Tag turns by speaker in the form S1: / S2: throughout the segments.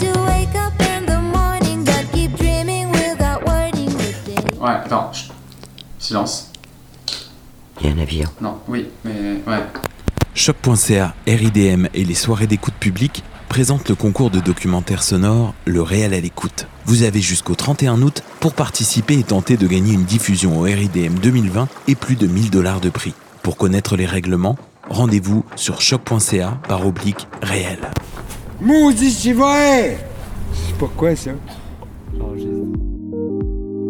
S1: to wake up in the morning, but keep dreaming without wording the day.
S2: Ouais, attends. chut. Silence.
S3: Il y a un avion.
S2: Non, oui, mais ouais.
S4: Choc.ca, RIDM et les soirées d'écoute publique présentent le concours de documentaire sonore Le Réel à l'écoute. Vous avez jusqu'au 31 août pour participer et tenter de gagner une diffusion au RIDM 2020 et plus de 1000 dollars de prix. Pour connaître les règlements, rendez-vous sur choc.ca par oblique réel.
S5: Maudit vrai Je sais pas quoi ça.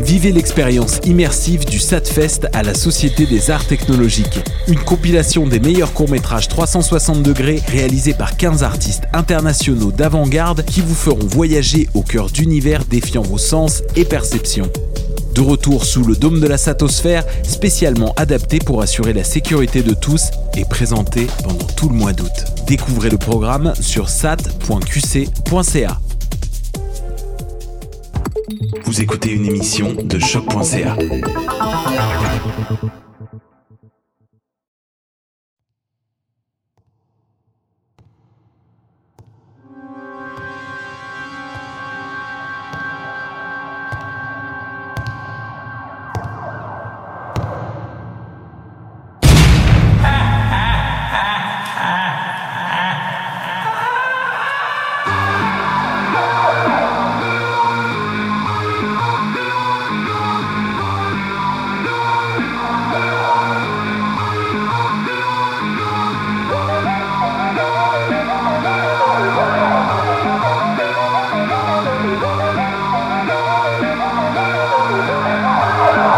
S4: Vivez l'expérience immersive du SATFest à la Société des Arts Technologiques. Une compilation des meilleurs courts-métrages 360 degrés réalisés par 15 artistes internationaux d'avant-garde qui vous feront voyager au cœur d'univers défiant vos sens et perceptions. De retour sous le dôme de la satosphère, spécialement adapté pour assurer la sécurité de tous et présenté pendant tout le mois d'août. Découvrez le programme sur sat.qc.ca. Vous écoutez une émission de choc.ca.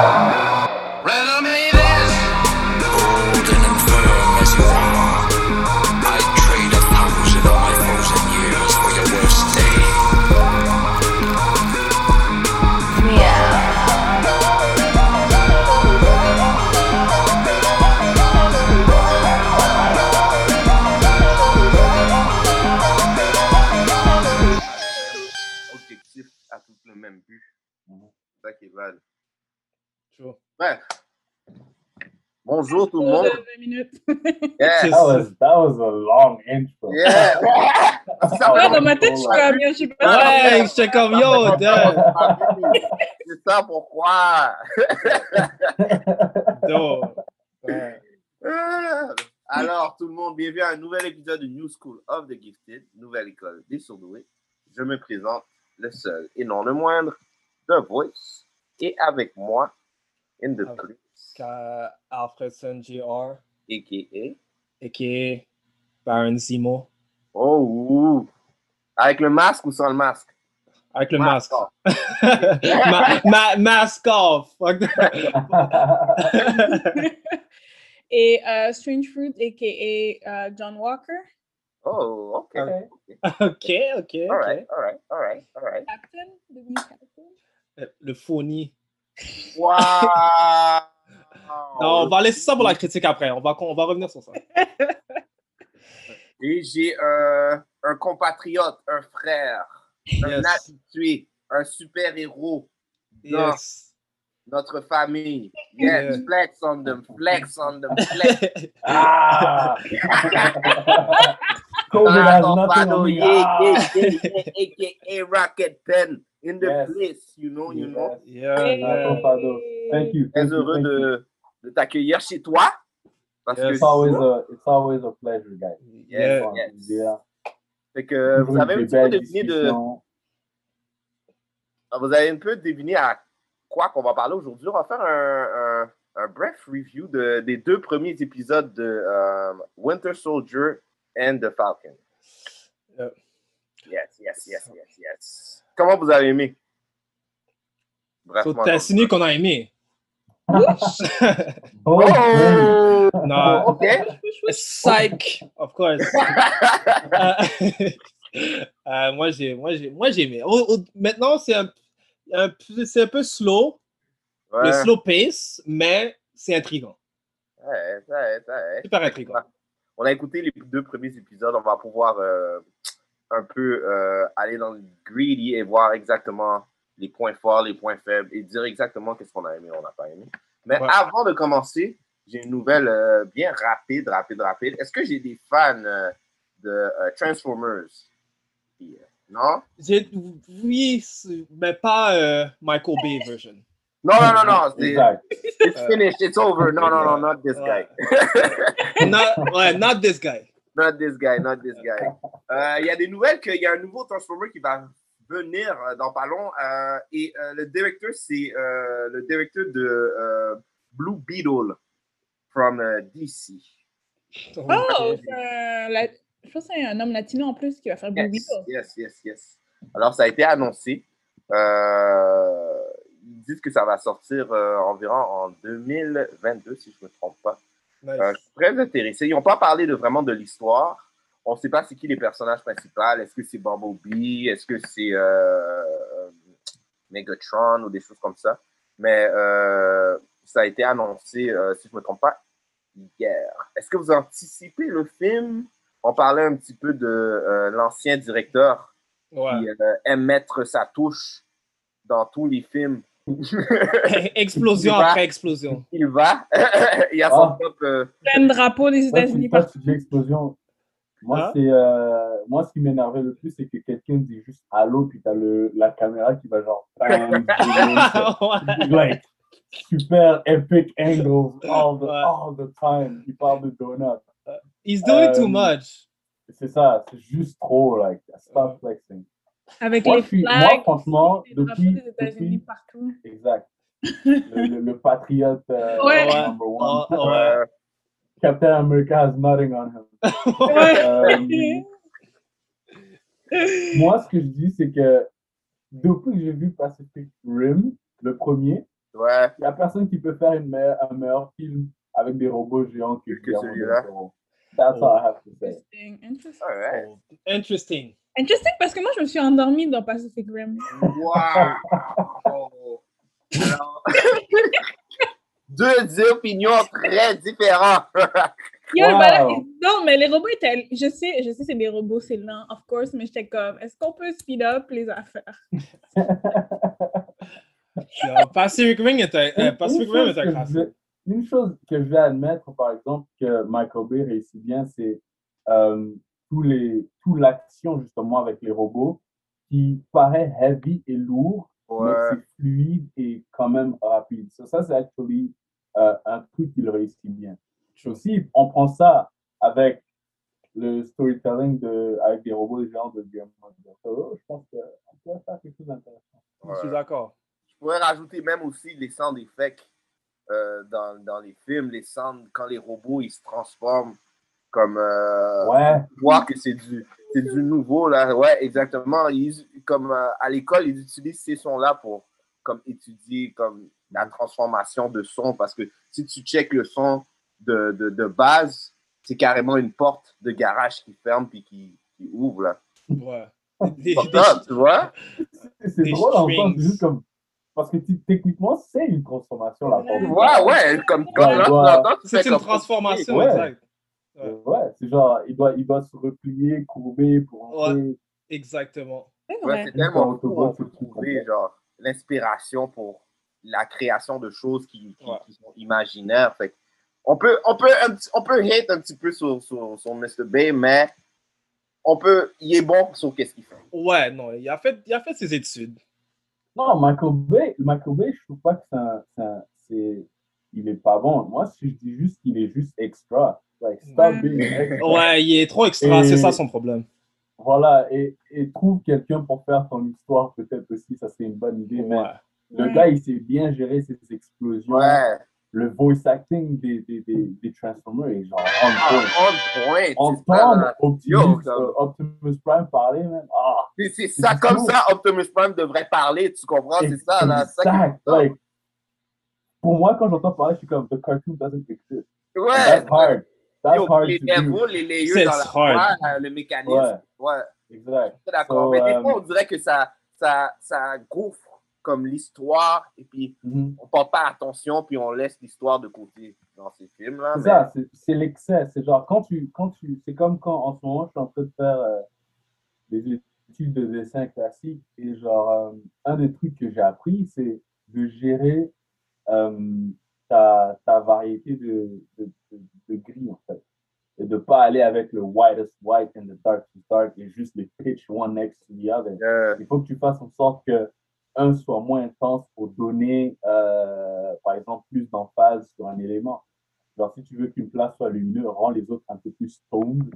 S6: Rhythm it is. Golden and firm as you are. I trade a thousand of my frozen years for your worst day.
S7: objectif à tout le même but. C'est ça qui est valable. Ouais. Bonjour tout le monde.
S8: That
S7: Yeah.
S8: was that was a long intro.
S7: Yeah. Ça
S9: Ouais,
S7: va,
S9: dans ma tête, je suis comme, yo, je sais pas.
S10: Ouais, j'étais comme yo, dude.
S7: C'est ça pourquoi.
S10: Dude.
S7: Ah. Alors tout le monde, bienvenue à un nouvel épisode de New School of the Gifted, nouvelle école des surdoués. Je me présente le seul et non le moindre, The Voice. Et avec moi, in the
S10: Ah.
S7: place,
S10: Ka- Alfredson Jr.
S7: a.k.a.
S10: a.k.a. Baron Zemo.
S7: Oh, ouh. avec le masque ou sans le masque? Ah, oh,
S10: Avec le
S7: Masque
S10: masque. ma, ma- masque off. Fuck that.
S9: Et euh, Strange Fruit, a.k.a. euh, John Walker.
S7: Oh, ok.
S10: Alright.
S7: ok.
S10: ok, ok, ok.
S7: All right, all right, all right, all right.
S9: Captain, devenu Captain.
S10: Le fourni.
S7: Wow!
S10: Non, on va laisser ça pour la critique après. On va, on va revenir sur ça.
S7: Et j'ai un, un compatriote, un frère, un
S10: Yes.
S7: habitué, un super-héros, Non.
S10: Yes.
S7: notre famille. Yes,
S10: Yeah.
S7: flex on them, flex on them, flex.
S8: Ah! COVID
S7: Ah,
S8: has
S7: non,
S8: nothing
S7: pardon,
S8: on me.
S7: yeah,
S8: Ah!
S7: yeah, yeah, yeah, AKA Rocket Pen in the
S8: Yes.
S7: place, you know, you know.
S10: Yeah, yeah.
S8: Hey. euh, Fado. Thank you.
S7: Très
S8: thank you,
S7: heureux
S8: thank you.
S7: de, de t'accueillir chez toi. Parce
S10: Yes.
S8: It's
S7: que
S8: always a it's always a pleasure, guys.
S10: Yeah.
S8: Fun,
S7: Yes.
S8: Yeah.
S7: Fait que euh, vous avez un
S8: Des
S7: petit peu
S8: belles
S7: deviné de, Ah,
S8: discussions.
S7: vous avez un peu deviné à quoi qu'on va parler aujourd'hui. On va faire un, un, un bref review de- des deux premiers épisodes de euh, Winter Soldier and The Falcon.
S10: Yep.
S7: Yes, yes, yes, yes, yes. Comment vous avez aimé? Bref,
S10: So, T'as signé qu'on a aimé.
S7: Oh!
S10: Non.
S7: OK.
S10: Psych, of course. Euh, euh, moi, j'ai, moi, j'ai, moi, j'ai aimé. Au- au- maintenant, c'est un, un peu- c'est un peu slow, le
S7: Ouais.
S10: slow pace, mais c'est intriguant.
S7: Ouais, ouais, ouais.
S10: Super intriguant.
S7: On a écouté les deux premiers épisodes. On va pouvoir euh, un peu euh, aller dans le greedy et voir exactement les points forts, les points faibles et dire exactement qu'est-ce qu'on a aimé, on n'a pas aimé. Mais
S10: Ouais.
S7: avant de commencer, j'ai une nouvelle euh, bien rapide, rapide, rapide. Est-ce que j'ai des fans euh, de euh, Transformers? Yeah. Non?
S10: J'ai- oui, c'est- mais pas euh, Michael Bay version.
S7: Non, non, non, non. c'est-
S10: Exact.
S7: It's finished. It's over. No, no, no, not this guy.
S10: Not, ouais, not this guy.
S7: Not this guy, not this guy. Euh, Il y a des nouvelles qu'il y a un nouveau Transformer qui va venir euh, dans pas long. euh, et euh, le directeur, c'est euh, le directeur de euh, Blue Beetle from euh, DC.
S9: Oh, c'est un la- je pense que c'est un homme latino en plus qui va faire Ah, Blue
S7: Yes,
S9: Beetle.
S7: yes, yes, yes. Alors, ça a été annoncé. Euh, ils disent que ça va sortir euh, environ en 2022, si je ne me trompe pas.
S10: Nice.
S7: Euh, je suis très intéressé. Ils n'ont pas parlé de, vraiment de l'histoire. On ne sait pas c'est qui les personnages principaux. Est-ce que c'est Bumblebee? Est-ce que c'est euh, euh, Megatron ou des choses comme ça? Mais euh, ça a été annoncé, euh, si je ne me trompe pas, hier. Est-ce que vous anticipez le film? On parlait un petit peu de euh, l'ancien directeur
S10: Ouais.
S7: qui euh, aime mettre sa touche dans tous les films.
S10: Explosion
S7: Il va-
S10: après explosion.
S7: Il va, il y a son
S8: Ah.
S7: top. euh,
S9: Plein de drapeaux des
S8: Moi, c'est
S9: États-Unis
S8: pas
S9: partout.
S8: sujet explosion. Moi,
S10: Hein?
S8: c'est, euh, moi, ce qui m'énervait le plus, c'est que quelqu'un dit juste allô, puis t'as le, la caméra qui va genre.
S10: Ouais.
S8: like, super epic angles all the,
S10: Ouais.
S8: all the time. Il parle de donut.
S10: He's doing
S8: Euh,
S10: too much.
S8: C'est ça, c'est juste trop, like, stop flexing.
S9: Avec
S8: Moi,
S9: les
S8: je suis- moi,
S9: flags,
S8: franchement,
S9: les drapeaux
S8: depuis-
S9: des États-Unis
S8: depuis-
S9: partout.
S8: Exact. Le, le, le patriote euh,
S9: Ouais.
S8: number one.
S10: Oh, oh, ouais.
S8: Captain America has nothing on him.
S9: Ouais.
S8: Euh, moi, ce que je dis, c'est que depuis que j'ai vu Pacific Rim, le premier,
S7: ouais.
S8: il n'y a personne qui peut faire une meilleure, un meilleur film avec des robots géants que
S7: Que
S8: Guillermo del
S7: celui-là.
S8: Toro. That's all I have to say.
S9: Interesting, interesting.
S7: all right.
S10: Oh, Interesting.
S9: Interesting parce que moi, je me suis endormie dans Pacific Rim.
S7: Wow! Alors, deux opinions très différentes.
S9: Yo,
S8: Wow.
S9: ben là, non, mais les robots étaient. Je sais, je sais, c'est des robots, c'est lent, of course, mais j'étais comme, est-ce qu'on peut speed up les affaires?
S10: Yo, Pacific Rim est un, euh, Pacific Rim est un
S8: que
S10: classique.
S8: je- une chose que je vais admettre, par exemple, que Michael Bay réussit bien, c'est euh, tous les- tout l'action justement avec les robots qui paraît heavy et lourd,
S7: Ouais.
S8: mais c'est fluide et quand même rapide. So, ça, c'est actually euh, un truc qu'il réussit bien. Aussi, on prend ça avec le storytelling de, avec des robots géants de Guillermo del Toro, je pense qu'on pourrait faire quelque chose d'intéressant.
S10: Je suis d'accord.
S7: Je pourrais rajouter même aussi les sound effects euh, dans, dans les films, les sounds quand les robots ils se transforment comme euh,
S8: Ouais.
S7: voir que c'est du c'est du nouveau là. Ouais, exactement. Ils- comme euh, à l'école, ils utilisent ces sons-là pour comme étudier comme
S8: Mm.
S7: la transformation de son parce que si tu checkes le son de, de, de base, c'est carrément une porte de garage qui ferme puis qui, qui ouvre là.
S10: Ouais. Des- des-
S7: Fucked up, tu vois?
S8: C'est- c'est
S10: Des
S8: drôle en
S10: strings.
S8: c'est juste comme. Parce que tu- techniquement, c'est une transformation, la forme.
S7: Ouais, ouais, comme quand
S8: Ouais,
S7: là, tu
S8: ouais.
S7: l'entends, tu fais
S10: C'est une
S7: comme-
S10: transformation,
S8: Ouais.
S10: exact.
S8: Euh, Ouais, c'est genre, il doit, il doit se replier, courber pour entrer.
S10: Exactement.
S9: C'est
S7: Ouais,
S9: vrai.
S7: c'est tellement
S8: Quand on
S7: cool,
S8: voit,
S7: on peut
S8: c'est tout
S7: trouver genre l'inspiration pour la création de choses qui, qui-
S10: Ouais.
S7: qui sont imaginaires. Fait que on peut, on peut, un petit- on peut hate un petit peu sur, sur, sur Mr. Bay, mais on peut, il est bon sur qu'est-ce qu'il fait.
S10: Ouais, non, il a fait, il a fait ses études.
S8: Non, Michael Bay, Michael Bay, je trouve pas que c'est un- c'est un- c'est. Il est pas bon. Moi, si je dis juste qu'il est juste extra. Like, stop
S9: Ouais.
S8: being extra.
S10: Ouais, il est trop extra,
S8: Et-
S10: c'est ça son problème.
S8: Voilà, et, et trouve quelqu'un pour faire ton histoire, peut-être aussi, ça serait une bonne idée. Mais
S10: Ouais.
S8: le
S9: Ouais.
S8: gars, il sait bien gérer ses explosions.
S7: Ouais,
S8: le voice acting des, des, des, des Transformers est genre on
S7: Ah, on point.
S8: Entendre
S7: Yo,
S8: Optimus,
S7: comme-
S8: euh, Optimus Prime parler, man. Ah,
S7: C'est- C'est ça, comme ça, Optimus Prime devrait parler, tu comprends? C'est ça, là. ça qui-
S8: exact. Like, pour moi, quand j'entends parler, je suis comme The cartoon doesn't exist.
S7: Ouais.
S8: That's hard. That's
S7: Yo,
S8: hard
S7: les
S8: to do.
S7: nerfs, les layers dans la
S8: hard.
S7: Ouais, le mécanisme.
S8: Ouais.
S7: Ouais.
S8: Exact.
S7: Je suis d'accord.
S8: So,
S7: mais des
S8: euh,
S7: fois, on dirait que ça, ça, ça gouffre comme l'histoire, et puis
S8: mm-hmm.
S7: on porte pas attention, puis on laisse l'histoire de côté dans ces films-là.
S8: C'est
S7: mais-
S8: ça, c'est- c'est l'excès. C'est genre, quand tu, quand tu, c'est comme quand en ce moment, je suis en train de faire euh, des études de dessin classique et genre, euh, un des trucs que j'ai appris, c'est de gérer euh, ta, ta variété de, de, de, de gris, en fait. Et de pas aller avec le whitest white and the darkest dark et juste les pitch one next to the other.
S7: euh,
S8: Il faut que tu fasses en sorte que un soit moins intense pour donner, euh, par exemple, plus d'emphase sur un élément. Genre, si tu veux qu'une place soit lumineuse, rends les autres un peu plus stoned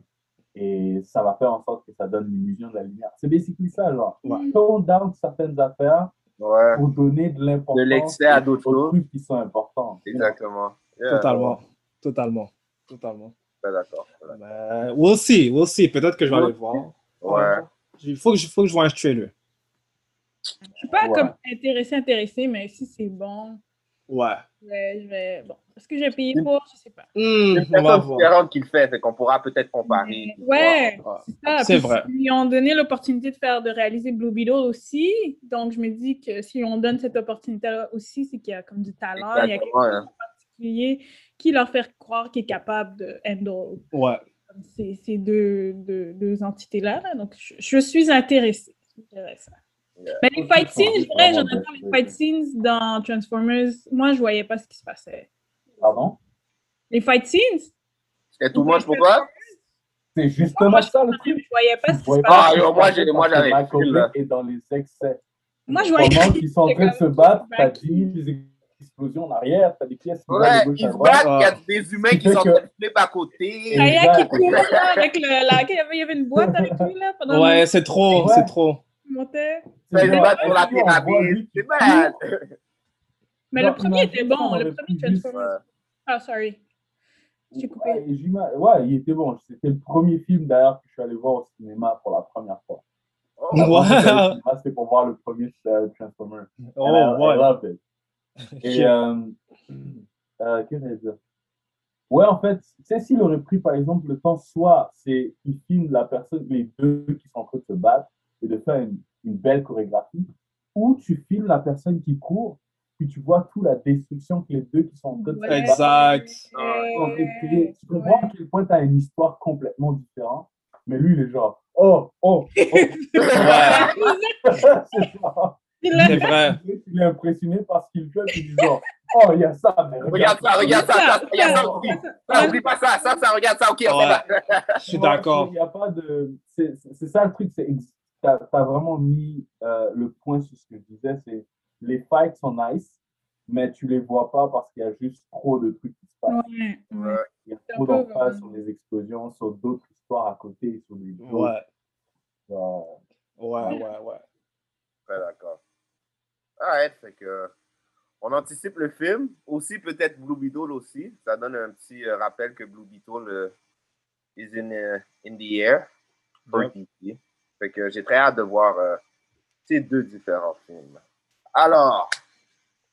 S8: et ça va faire en sorte que ça donne l'illusion de la lumière. C'est basically ça, genre. Tone down certaines affaires pour donner de l'importance
S7: De l'excès à
S8: d'autres trucs qui sont importants.
S7: Exactement. Yeah.
S10: Totalement. Totalement. Totalement.
S7: Ouais, d'accord.
S10: Euh, we'll see, we'll see. Peut-être que je vais aller le voir.
S7: Ouais.
S10: Il faut que, je- faut que je vois un trailer.
S9: Je suis pas
S10: Ouais.
S9: comme intéressée, intéressée, mais si c'est bon,
S10: Ouais.
S9: je vais. je vais- Bon, est-ce que je vais payer pour Je sais pas.
S7: C'est une
S10: Hmm, on va
S7: personne
S10: voir.
S7: différente qu'il fait, fait qu'on pourra peut-être comparer.
S9: Ouais, c'est ça.
S7: C'est
S9: Puis
S7: vrai.
S9: Ils lui ont donné l'opportunité de faire, de réaliser Blue Beetle aussi. Donc, je me dis que si on donne cette opportunité-là aussi, c'est qu'il y a comme du talent, il y a quelque
S7: Exactement,
S9: chose
S7: hein.
S9: en particulier qui leur fait croire qu'il est capable de handle
S10: Ouais.
S9: comme ces, ces deux, deux, deux entités-là. là. Donc, je, je suis intéressée. je dirais ça. Mais les fight scenes, je dirais, j'en entends les fight scenes dans Transformers. Moi, je voyais pas ce qui se passait.
S8: Pardon?
S9: Les fight scenes,
S7: C'était tout moche pour toi?
S8: C'est justement ça le truc.
S9: je voyais pas ce qui se passait.
S8: Ouais, parce
S7: Ah, moi,
S8: que-
S7: j'ai- moi,
S8: parce que
S7: j'avais
S8: Michael
S7: vu, là.
S8: Bay est dans les excès.
S9: Moi, je voyais
S8: Pendant qu'ils sont en
S9: c'est
S8: train de se
S9: comme-
S8: battre, t'as des explosions en arrière, t'as des pièces. qui volent
S7: Ouais,
S8: de gauche
S7: ils
S8: à
S7: se
S8: droite.
S7: battent, il y a des humains qui
S8: Fait
S7: sont en
S8: que-
S7: train de flipper à côté.
S9: Kaya qui court là, avec le, la, il y avait- il y avait une boîte avec lui là pendant
S10: Ouais,
S9: le-
S10: c'est trop, c'est trop.
S9: qu'il montait.
S7: Ils se battent pour la
S8: Est-ce qu'on voit
S7: pyramide. C'est mal.
S9: Mais
S8: Genre,
S9: le premier était bon,
S8: aurait
S9: le premier Transformers. Ah, sorry. J'ai coupé.
S8: Ouais, et j'ima- ouais, il était bon. C'était le premier film d'ailleurs que je suis allé voir au cinéma pour la première fois. Avant,
S10: Wow.
S8: j'étais allé au cinéma, C'était pour voir le premier euh, Transformer.
S10: Oh,
S8: And I- I
S10: ouais.
S8: loved it. Et euh, euh, qu'est-ce que j'allais dire? Ouais, en fait, tu sais, s'il aurait pris par exemple le temps, soit c'est il filme la personne, les deux qui sont en train de se battre et de faire une, une belle chorégraphie, ou tu filmes la personne qui court, puis tu vois toute la destruction que les deux qui sont en train de se battre.
S10: Exact.
S8: sont en train de
S9: Euh,
S8: créer. Tu comprends à quel point tu as une histoire complètement différente, mais lui, il est genre, oh, oh, oh. C'est genre-
S10: C'est vrai.
S8: Il est impressionné par ce qu'il fait, puis il dit genre, oh, il y a ça, mais
S7: Regarde ça, regarde ça, ça, ça, il y a ça aussi. Ça, oublie pas ça, ça, ça, regarde ça, ok, on s'en va.
S10: Je suis
S8: Ouais,
S10: d'accord.
S8: Il y a pas de. C'est c'est- c'est ça le truc, c'est ex- t'as as vraiment mis euh, le point sur ce que je disais, c'est les fights sont nice, mais tu les vois pas parce qu'il y a juste trop de trucs qui se passent.
S9: Ouais,
S8: ouais. Il y a
S9: C'est un
S8: trop
S9: peu,
S8: d'emphase
S9: euh,
S8: sur les explosions, sur d'autres histoires à côté, sur euh, les jokes.
S10: Ouais.
S8: Genre,
S10: Ouais, ouais, ouais.
S7: Ouais, d'accord. Alright, fait que. On anticipe le film. Aussi, peut-être Blue Beetle aussi. Ça donne un petit euh, rappel que Blue Beetle euh, is in, euh, in the air. for DC. Fait que j'ai très hâte de voir euh, ces deux différents films. Alors,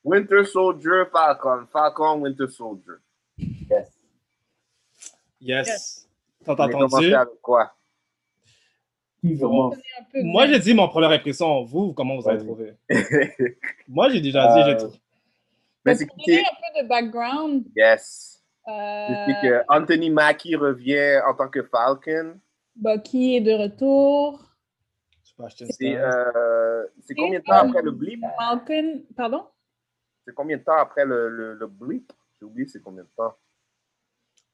S7: Winter Soldier, Falcon. Falcon, Winter Soldier.
S8: Yes.
S10: Yes. T'as
S7: On est
S10: entendu?
S7: commencé avec quoi?
S8: Qui commence?
S10: Moi, j'ai dit mon première impression. Vous, comment vous avez trouvé? Moi, j'ai déjà dit, j'ai
S7: Euh,
S10: trouvé.
S7: Mais c'est
S9: Pour donner un peu de background.
S7: Yes.
S9: euh,
S7: C'est que Anthony Mackie revient en tant que Falcon.
S9: Bucky est de retour.
S7: C'est euh, c'est combien de temps après le blip?
S9: Falcon, pardon?
S7: C'est combien de temps après le, le, le blip? J'ai oublié c'est combien de temps.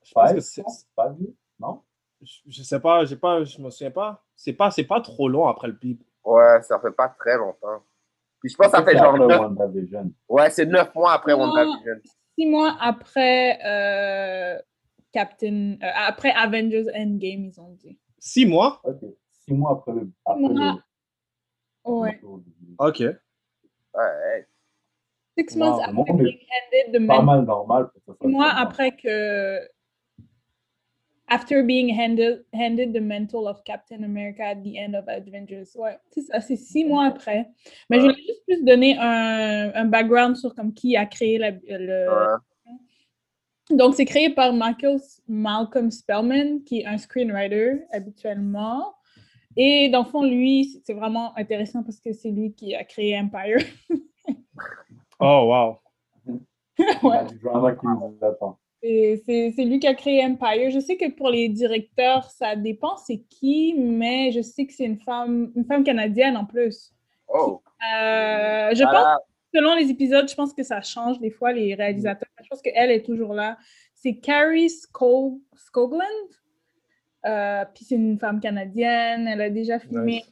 S10: Je pense
S7: Ouais,
S10: que c'est.
S8: Pas vu? Non?
S10: Je, je sais pas, j'ai pas, je me souviens pas. C'est pas, c'est pas trop long après le pip.
S7: Ouais, ça fait pas très longtemps. Puis je pense que ça fait
S8: C'est
S7: genre
S8: après
S7: neuf-
S8: WandaVision.
S7: Ouais, c'est neuf mois après
S9: Non.
S7: WandaVision.
S9: Six mois après euh, Captain, euh, après Avengers Endgame, ils ont dit.
S10: Six mois?
S8: Ok. Six mois après le. Après
S9: mois.
S8: le...
S9: Ouais.
S10: Ok.
S7: Ouais.
S9: Six
S8: Wow,
S9: months
S8: le
S9: after
S8: monde est
S9: being ended, the
S8: Pas
S9: men-
S8: mal normal pour ça.
S9: six mois après que. After being handed, handed the mantle of Captain America at the end of Avengers. Ouais, c'est ça, c'est six mois après. Mais je voulais juste plus donner un, un background sur comme qui a créé la- le, donc, c'est créé par Michael S- Malcolm Spellman, qui est un screenwriter habituellement. Et dans le fond, lui, c- c'est vraiment intéressant parce que c'est lui qui a créé Empire.
S10: Oh, wow.
S8: Ouais. Du drama qui nous attend.
S9: C'est c'est- c'est lui qui a créé Empire. Je sais que pour les directeurs, ça dépend c'est qui, mais je sais que c'est une femme, une femme canadienne en plus.
S7: Oh. Ah,
S9: Euh, je
S7: Voilà.
S9: pense, selon les épisodes, je pense que ça change des fois les réalisateurs. Je pense qu'elle est toujours là. C'est Carrie Sco- Scogland. Euh, puis c'est une femme canadienne. Elle a déjà filmé
S11: Nice.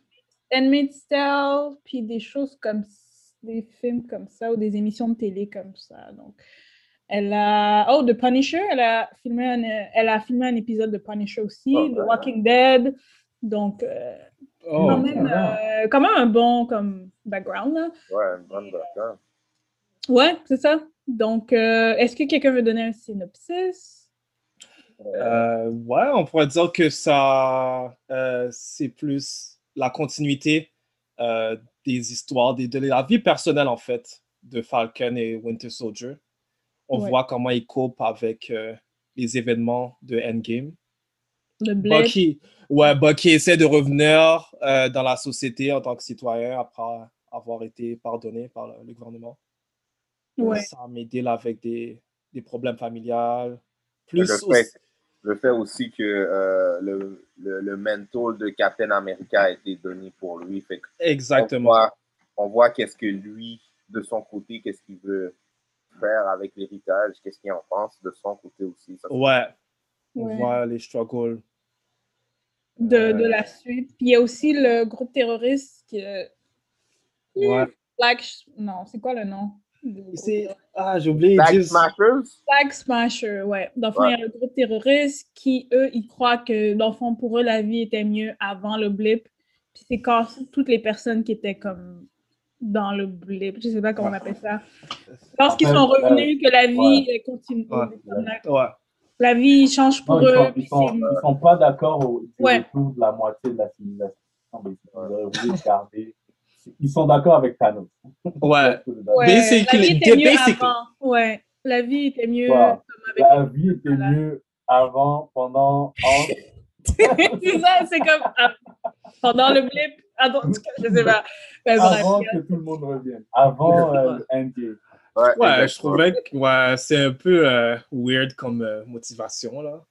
S9: Handmaid's Tale, puis des choses comme s- des films comme ça ou des émissions de télé comme ça. Donc, elle a oh The Punisher. Elle a filmé un, euh, elle a filmé un épisode de Punisher aussi,
S11: Oh,
S9: The
S11: voilà.
S9: Walking Dead. Donc, euh,
S11: Oh,
S9: quand, même,
S11: voilà.
S9: euh, quand même un bon comme background là.
S7: Ouais, une bonne hein. d'accord.
S9: Ouais, c'est ça. Donc, euh, est-ce que quelqu'un veut donner un synopsis?
S10: Euh, ouais, on pourrait dire que ça, euh, c'est plus la continuité euh, des histoires, des, de la vie personnelle en fait de Falcon et Winter Soldier. On
S9: Ouais.
S10: voit comment ils coupent avec euh, les événements de Endgame.
S9: Le
S8: Bah,
S9: bled.
S10: Bucky, ouais, Bucky essaie de revenir euh, dans la société en tant que citoyen après avoir été pardonné par le, le gouvernement. Euh,
S9: Ouais.
S10: Sam il deal avec des, des problèmes familiaux.
S7: Le
S10: Plus aussi-
S7: fait, le fait aussi que euh, le, le, le mentor de Captain America a été donné pour lui. Fait que
S10: Exactement.
S7: On voit, on voit qu'est-ce que lui, de son côté, qu'est-ce qu'il veut faire avec l'héritage, qu'est-ce qu'il en pense de son côté aussi. Ça, c'est-
S10: Ouais. On
S9: Ouais.
S10: voit les struggles.
S9: de, de
S10: Euh.
S9: la suite. Puis il y a aussi le groupe terroriste qui euh,
S10: Ouais.
S9: Black... Sh- Non, c'est quoi le nom? du groupe terroriste?
S10: Ah, j'ai oublié. Jill-
S9: Black Smasher, ouais. Dans le fond, il y a
S10: Ouais.
S9: le groupe terroriste qui, eux, ils croient que, dans le fond, pour eux, la vie était mieux avant le blip. Puis c'est quand toutes les personnes qui étaient comme dans le blip, je sais pas comment on
S10: Ouais.
S9: appelle ça. Lorsqu'ils sont
S8: Après,
S9: revenus, que la vie
S8: ouais.
S9: euh, continue.
S10: Ouais. Ouais.
S9: La vie change
S8: Non,
S9: pour
S8: ils
S9: eux.
S8: sont, ils euh,
S9: puis
S8: sont,
S9: c'est-
S8: ils sont pas d'accord au du
S9: Ouais.
S8: retour de la moitié de la civilisation. Mais ils auraient voulu le garder. Ils sont d'accord avec Thanos.
S10: Ouais.
S9: Ouais,
S8: Basically,
S9: la vie était mieux
S8: basically.
S9: avant. Ouais, la vie était mieux.
S8: Voilà. La vie était mieux avant, pendant, en.
S9: c'est ça, c'est comme ah, pendant le blip. Ah, bon, en tout cas, je sais pas. Mais bref,
S8: avant que tout le monde revienne. Avant euh, le Endgame.
S10: Ouais, je trouvais que ouais, c'est un peu euh, weird comme euh, motivation, là.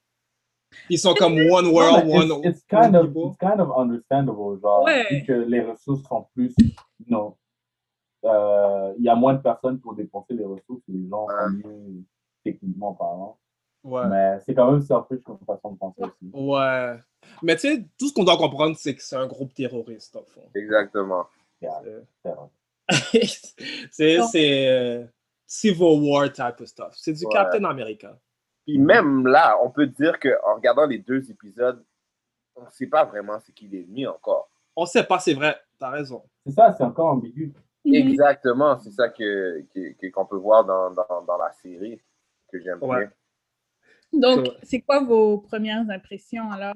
S10: Ils sont comme One World,
S8: Non, mais
S10: One...
S8: it's, it's kind of it's kind of understandable genre
S10: Ouais.
S8: vu que les ressources sont plus non euh, il y a moins de personnes pour dépenser les ressources les gens sont mieux techniquement parlant
S10: Ouais.
S8: mais c'est quand même surprise comme façon de penser aussi
S10: Ouais. Mais tu sais, tout ce qu'on doit comprendre, c'est que c'est un groupe terroriste, au fond. Euh,
S7: Exactement.
S10: C'est c'est, euh, Civil War type of stuff. C'est du
S7: Ouais.
S10: Captain America.
S7: Puis même là, on peut dire qu'en regardant les deux épisodes, on ne sait pas vraiment ce qu'il est mis encore.
S10: On sait pas, c'est vrai. T'as raison.
S8: c'est ça c'est encore ambigu
S7: Exactement, c'est ça que, que- que- qu'on peut voir dans, dans, dans la série que j'aime
S10: Ouais.
S7: bien.
S9: donc, c'est quoi vos premières impressions alors?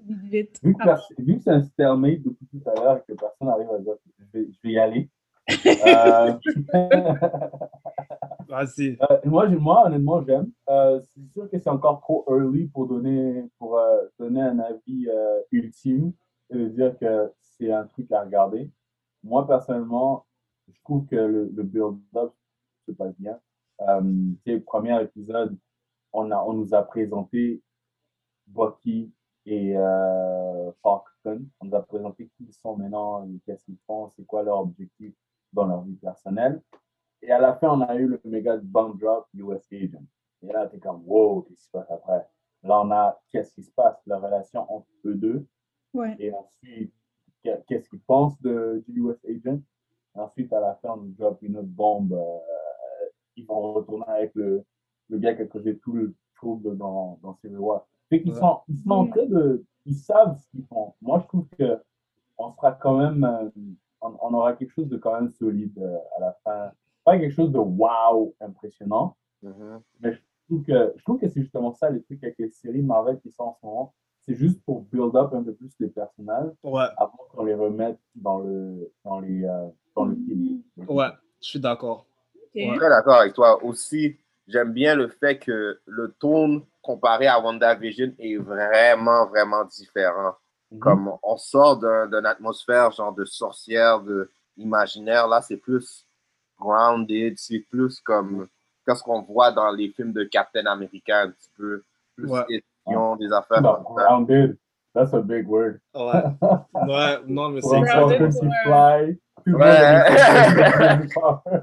S9: Vite, vite.
S8: vu que,
S9: Ah,
S8: pers- vu que c'est un stalemate depuis tout à l'heure et que personne n'arrive à dire je vais, je vais y aller euh,
S10: Vas-y.
S8: moi, j'ai- moi, honnêtement, j'aime. Euh, c'est sûr que c'est encore trop early pour donner, pour, euh, donner un avis euh, ultime. Ça veut dire que c'est un truc à regarder. Moi, personnellement, je trouve que le, le build-up se passe bien. Euh, tu sais, premier épisode, on, a, on nous a présenté Bucky et euh, Falcon. On nous a présenté qui ils sont maintenant, qu'est-ce qu'ils font, c'est quoi leur objectif dans leur vie personnelle. Et à la fin, on a eu le méga bomb drop US Agent. Et là, t'es comme, wow, qu'est-ce qui se passe après? Là, on a, qu'est-ce qui se passe? La relation entre eux deux.
S9: Ouais.
S8: Et ensuite, qu'est- qu'est-ce qu'ils pensent de, du US Agent? Ensuite, à la fin, on nous drop une autre bombe. euh, ils vont retourner avec le, le gars qui a causé tout le trouble dans, dans Civil War. Fait qu'ils
S10: Ouais.
S8: sont, ils sont en train de, ils savent ce qu'ils font. Moi, je trouve que on sera quand même, euh, on, on aura quelque chose de quand même solide euh, à la fin pas quelque chose de wow impressionnant,
S7: Mm-hmm.
S8: mais je trouve que, je trouve que c'est justement ça les trucs avec les séries Marvel qui sont en ce moment. C'est juste pour build up un peu plus les personnages avant qu'on les remette dans le, dans les, euh, dans le film.
S10: Ouais, je suis d'accord.
S7: Je suis très d'accord avec toi. Aussi, j'aime bien le fait que le tone comparé à WandaVision est vraiment, vraiment différent. Mm-hmm.
S10: Mhm.
S7: Comme on sort d'un- d'une atmosphère genre de sorcière, de imaginaire, là, c'est plus grounded, c'est plus comme qu'est-ce qu'on voit dans les films de Captain America un petit peu. Plus
S10: Ouais.
S7: espion, des affaires
S8: Non,
S7: comme ça.
S8: Bah, grounded, that's a big word.
S10: Ouais. Ouais, non, mais
S8: Pour
S10: c'est
S8: encore
S10: exactement
S8: que
S10: ça.
S8: tu fly, tu
S7: Ouais.
S8: vois les-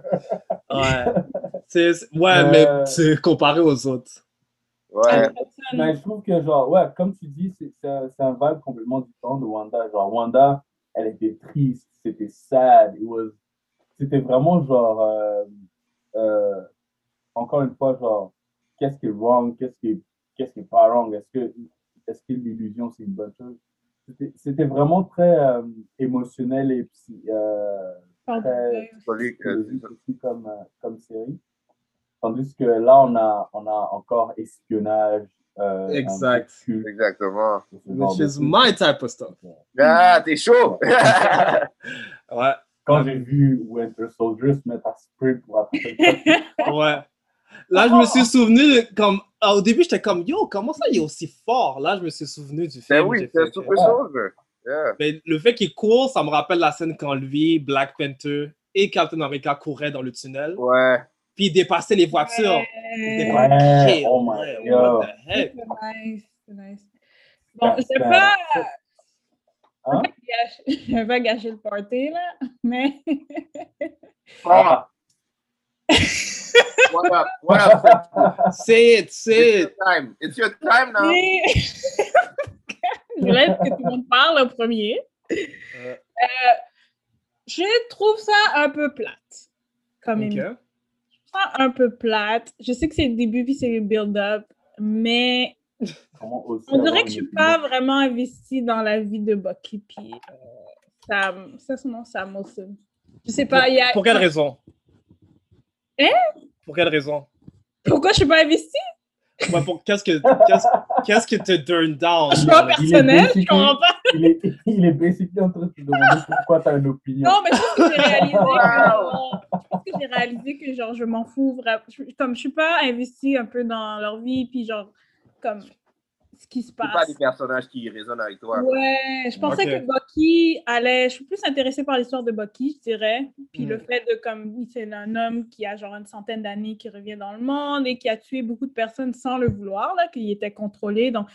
S10: Ouais, C'est- c'est- ouais mais
S8: Euh.
S10: c'est comparé aux autres.
S7: Ouais.
S10: Ah,
S8: Mais Ben, je trouve que, genre, ouais, comme tu dis, c'est c'est un, c'est un vibe complètement différent de Wanda. Genre, Wanda, elle était triste, c'était sad, it was- c'était vraiment genre, euh, euh, encore une fois, genre, qu'est-ce qui est wrong, qu'est-ce qui est, qu'est-ce qui est pas wrong, est-ce que, est-ce que l'illusion c'est une bonne chose? C'était- C'était vraiment très euh, émotionnel et psy- euh, très,
S7: Celui que-
S8: psychologique aussi comme, euh, comme série. Tandis que là, on a, on a encore espionnage. euh,
S10: Exact.
S7: Exactement.
S8: un peu ce genre
S10: Which
S8: de
S10: is
S8: truc.
S10: my type of stuff.
S7: Ah, t'es chaud!
S10: Ouais,
S8: Quand j'ai vu Winter Soldier se mettre à sprint pour attraper le
S10: ouais. Là, je me suis souvenu, comme, ah, au début, j'étais comme, yo, comment ça, il est aussi fort? Là, je me suis souvenu du film.
S7: Ben oui,
S10: j'ai
S7: c'est un
S10: fait,
S7: super soldier. Yeah.
S10: Mais le fait qu'il court, ça me rappelle la scène quand lui, Black Panther et Captain America couraient dans le tunnel,
S7: Ouais.
S10: puis ils dépassaient les voitures. Ils étaient comme,
S8: Ouais,
S10: shit,
S8: oh my
S10: ouais,
S8: God.
S10: what the heck?
S9: C'est nice, c'est nice. Bon,
S8: Ben,
S9: je sais
S8: ben,
S9: pas,
S8: Hein?
S9: je vais pas gâcher le party, là, mais
S7: Ah. What up? What up?
S10: C'est, it,
S7: It's
S10: say
S7: your
S10: it.
S7: time. It's your time now.
S9: Et- je voulais que tout le monde parle en premier.
S10: Ouais.
S9: Euh, je trouve ça un peu plate, quand même.
S10: Ok.
S9: Je trouve ça un peu plate. Je sais que c'est le début puis c'est le build-up, mais
S8: Comment aussi
S9: on dirait
S8: avoir
S9: que je
S8: une
S9: suis pas vraiment investie dans la vie de Bucky. Puis euh, ça, m- ça, non, ça m'ossine. Je sais pas, il y a...
S10: Pour quelle raison?
S9: Hein?
S10: Pour quelle raison?
S9: pourquoi je suis pas investie?
S10: Ouais, pour- qu'est-ce que qu'est-ce qu'est-ce que te turn down?
S9: Je suis pas
S10: Alex?
S8: Il est
S9: personnelle, je
S8: basically-
S9: comprends pas.
S8: Il est, il est basically en train de te demander pourquoi tu as une opinion.
S9: Non, mais je pense que j'ai réalisé que, euh,
S7: Wow.
S9: je pense que j'ai réalisé que genre je m'en fous vraiment. Je- Comme je suis pas investie un peu dans leur vie, puis genre comme ce qui se
S7: C'est pas des
S9: passe.
S7: personnages qui résonnent avec toi.
S9: Ouais, je pensais que
S10: Ok.
S9: Bucky allait. Je suis plus intéressée par l'histoire de Bucky, je dirais. Puis
S10: Hmm.
S9: le fait de comme c'est un homme qui a genre une centaine d'années qui revient dans le monde et qui a tué beaucoup de personnes sans le vouloir là, qu'il était contrôlé. Donc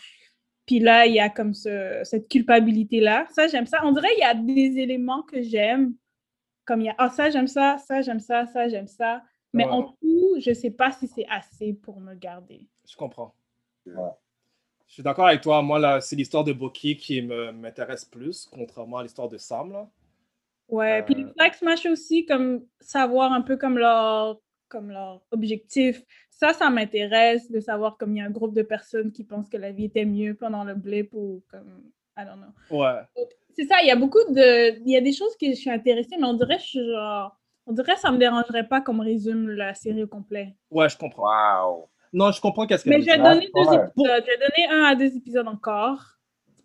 S9: puis là il y a comme ce- cette culpabilité là. Ça j'aime ça. On dirait il y a des éléments que j'aime. Comme il y a ah ça j'aime ça, ça j'aime ça, ça j'aime ça. Mais
S10: Ouais.
S9: en tout, je sais pas si c'est assez pour me garder.
S10: Je comprends.
S8: Ouais.
S10: Je suis d'accord avec toi. Moi, là, c'est l'histoire de Bucky qui me- m'intéresse plus, contrairement à l'histoire de Sam. Là.
S9: Ouais, puis
S10: Euh,
S9: les Flag Smash aussi, comme savoir un peu comme leur, comme leur objectif. Ça, ça m'intéresse de savoir comme il y a un groupe de personnes qui pensent que la vie était mieux pendant le blip ou comme, I don't know.
S10: Ouais.
S9: C'est ça, il y a beaucoup de, il y a des choses que je suis intéressée, mais on dirait que je suis genre, on dirait que ça me dérangerait pas qu'on me résume la série au complet.
S10: Ouais, je comprends.
S7: Wow.
S10: Non, je comprends qu'est-ce
S9: Mais
S10: qu'elle
S9: je vais
S10: dit.
S8: Ah,
S9: donner deux
S8: ouais.
S9: épisodes, je vais donner un à deux épisodes encore.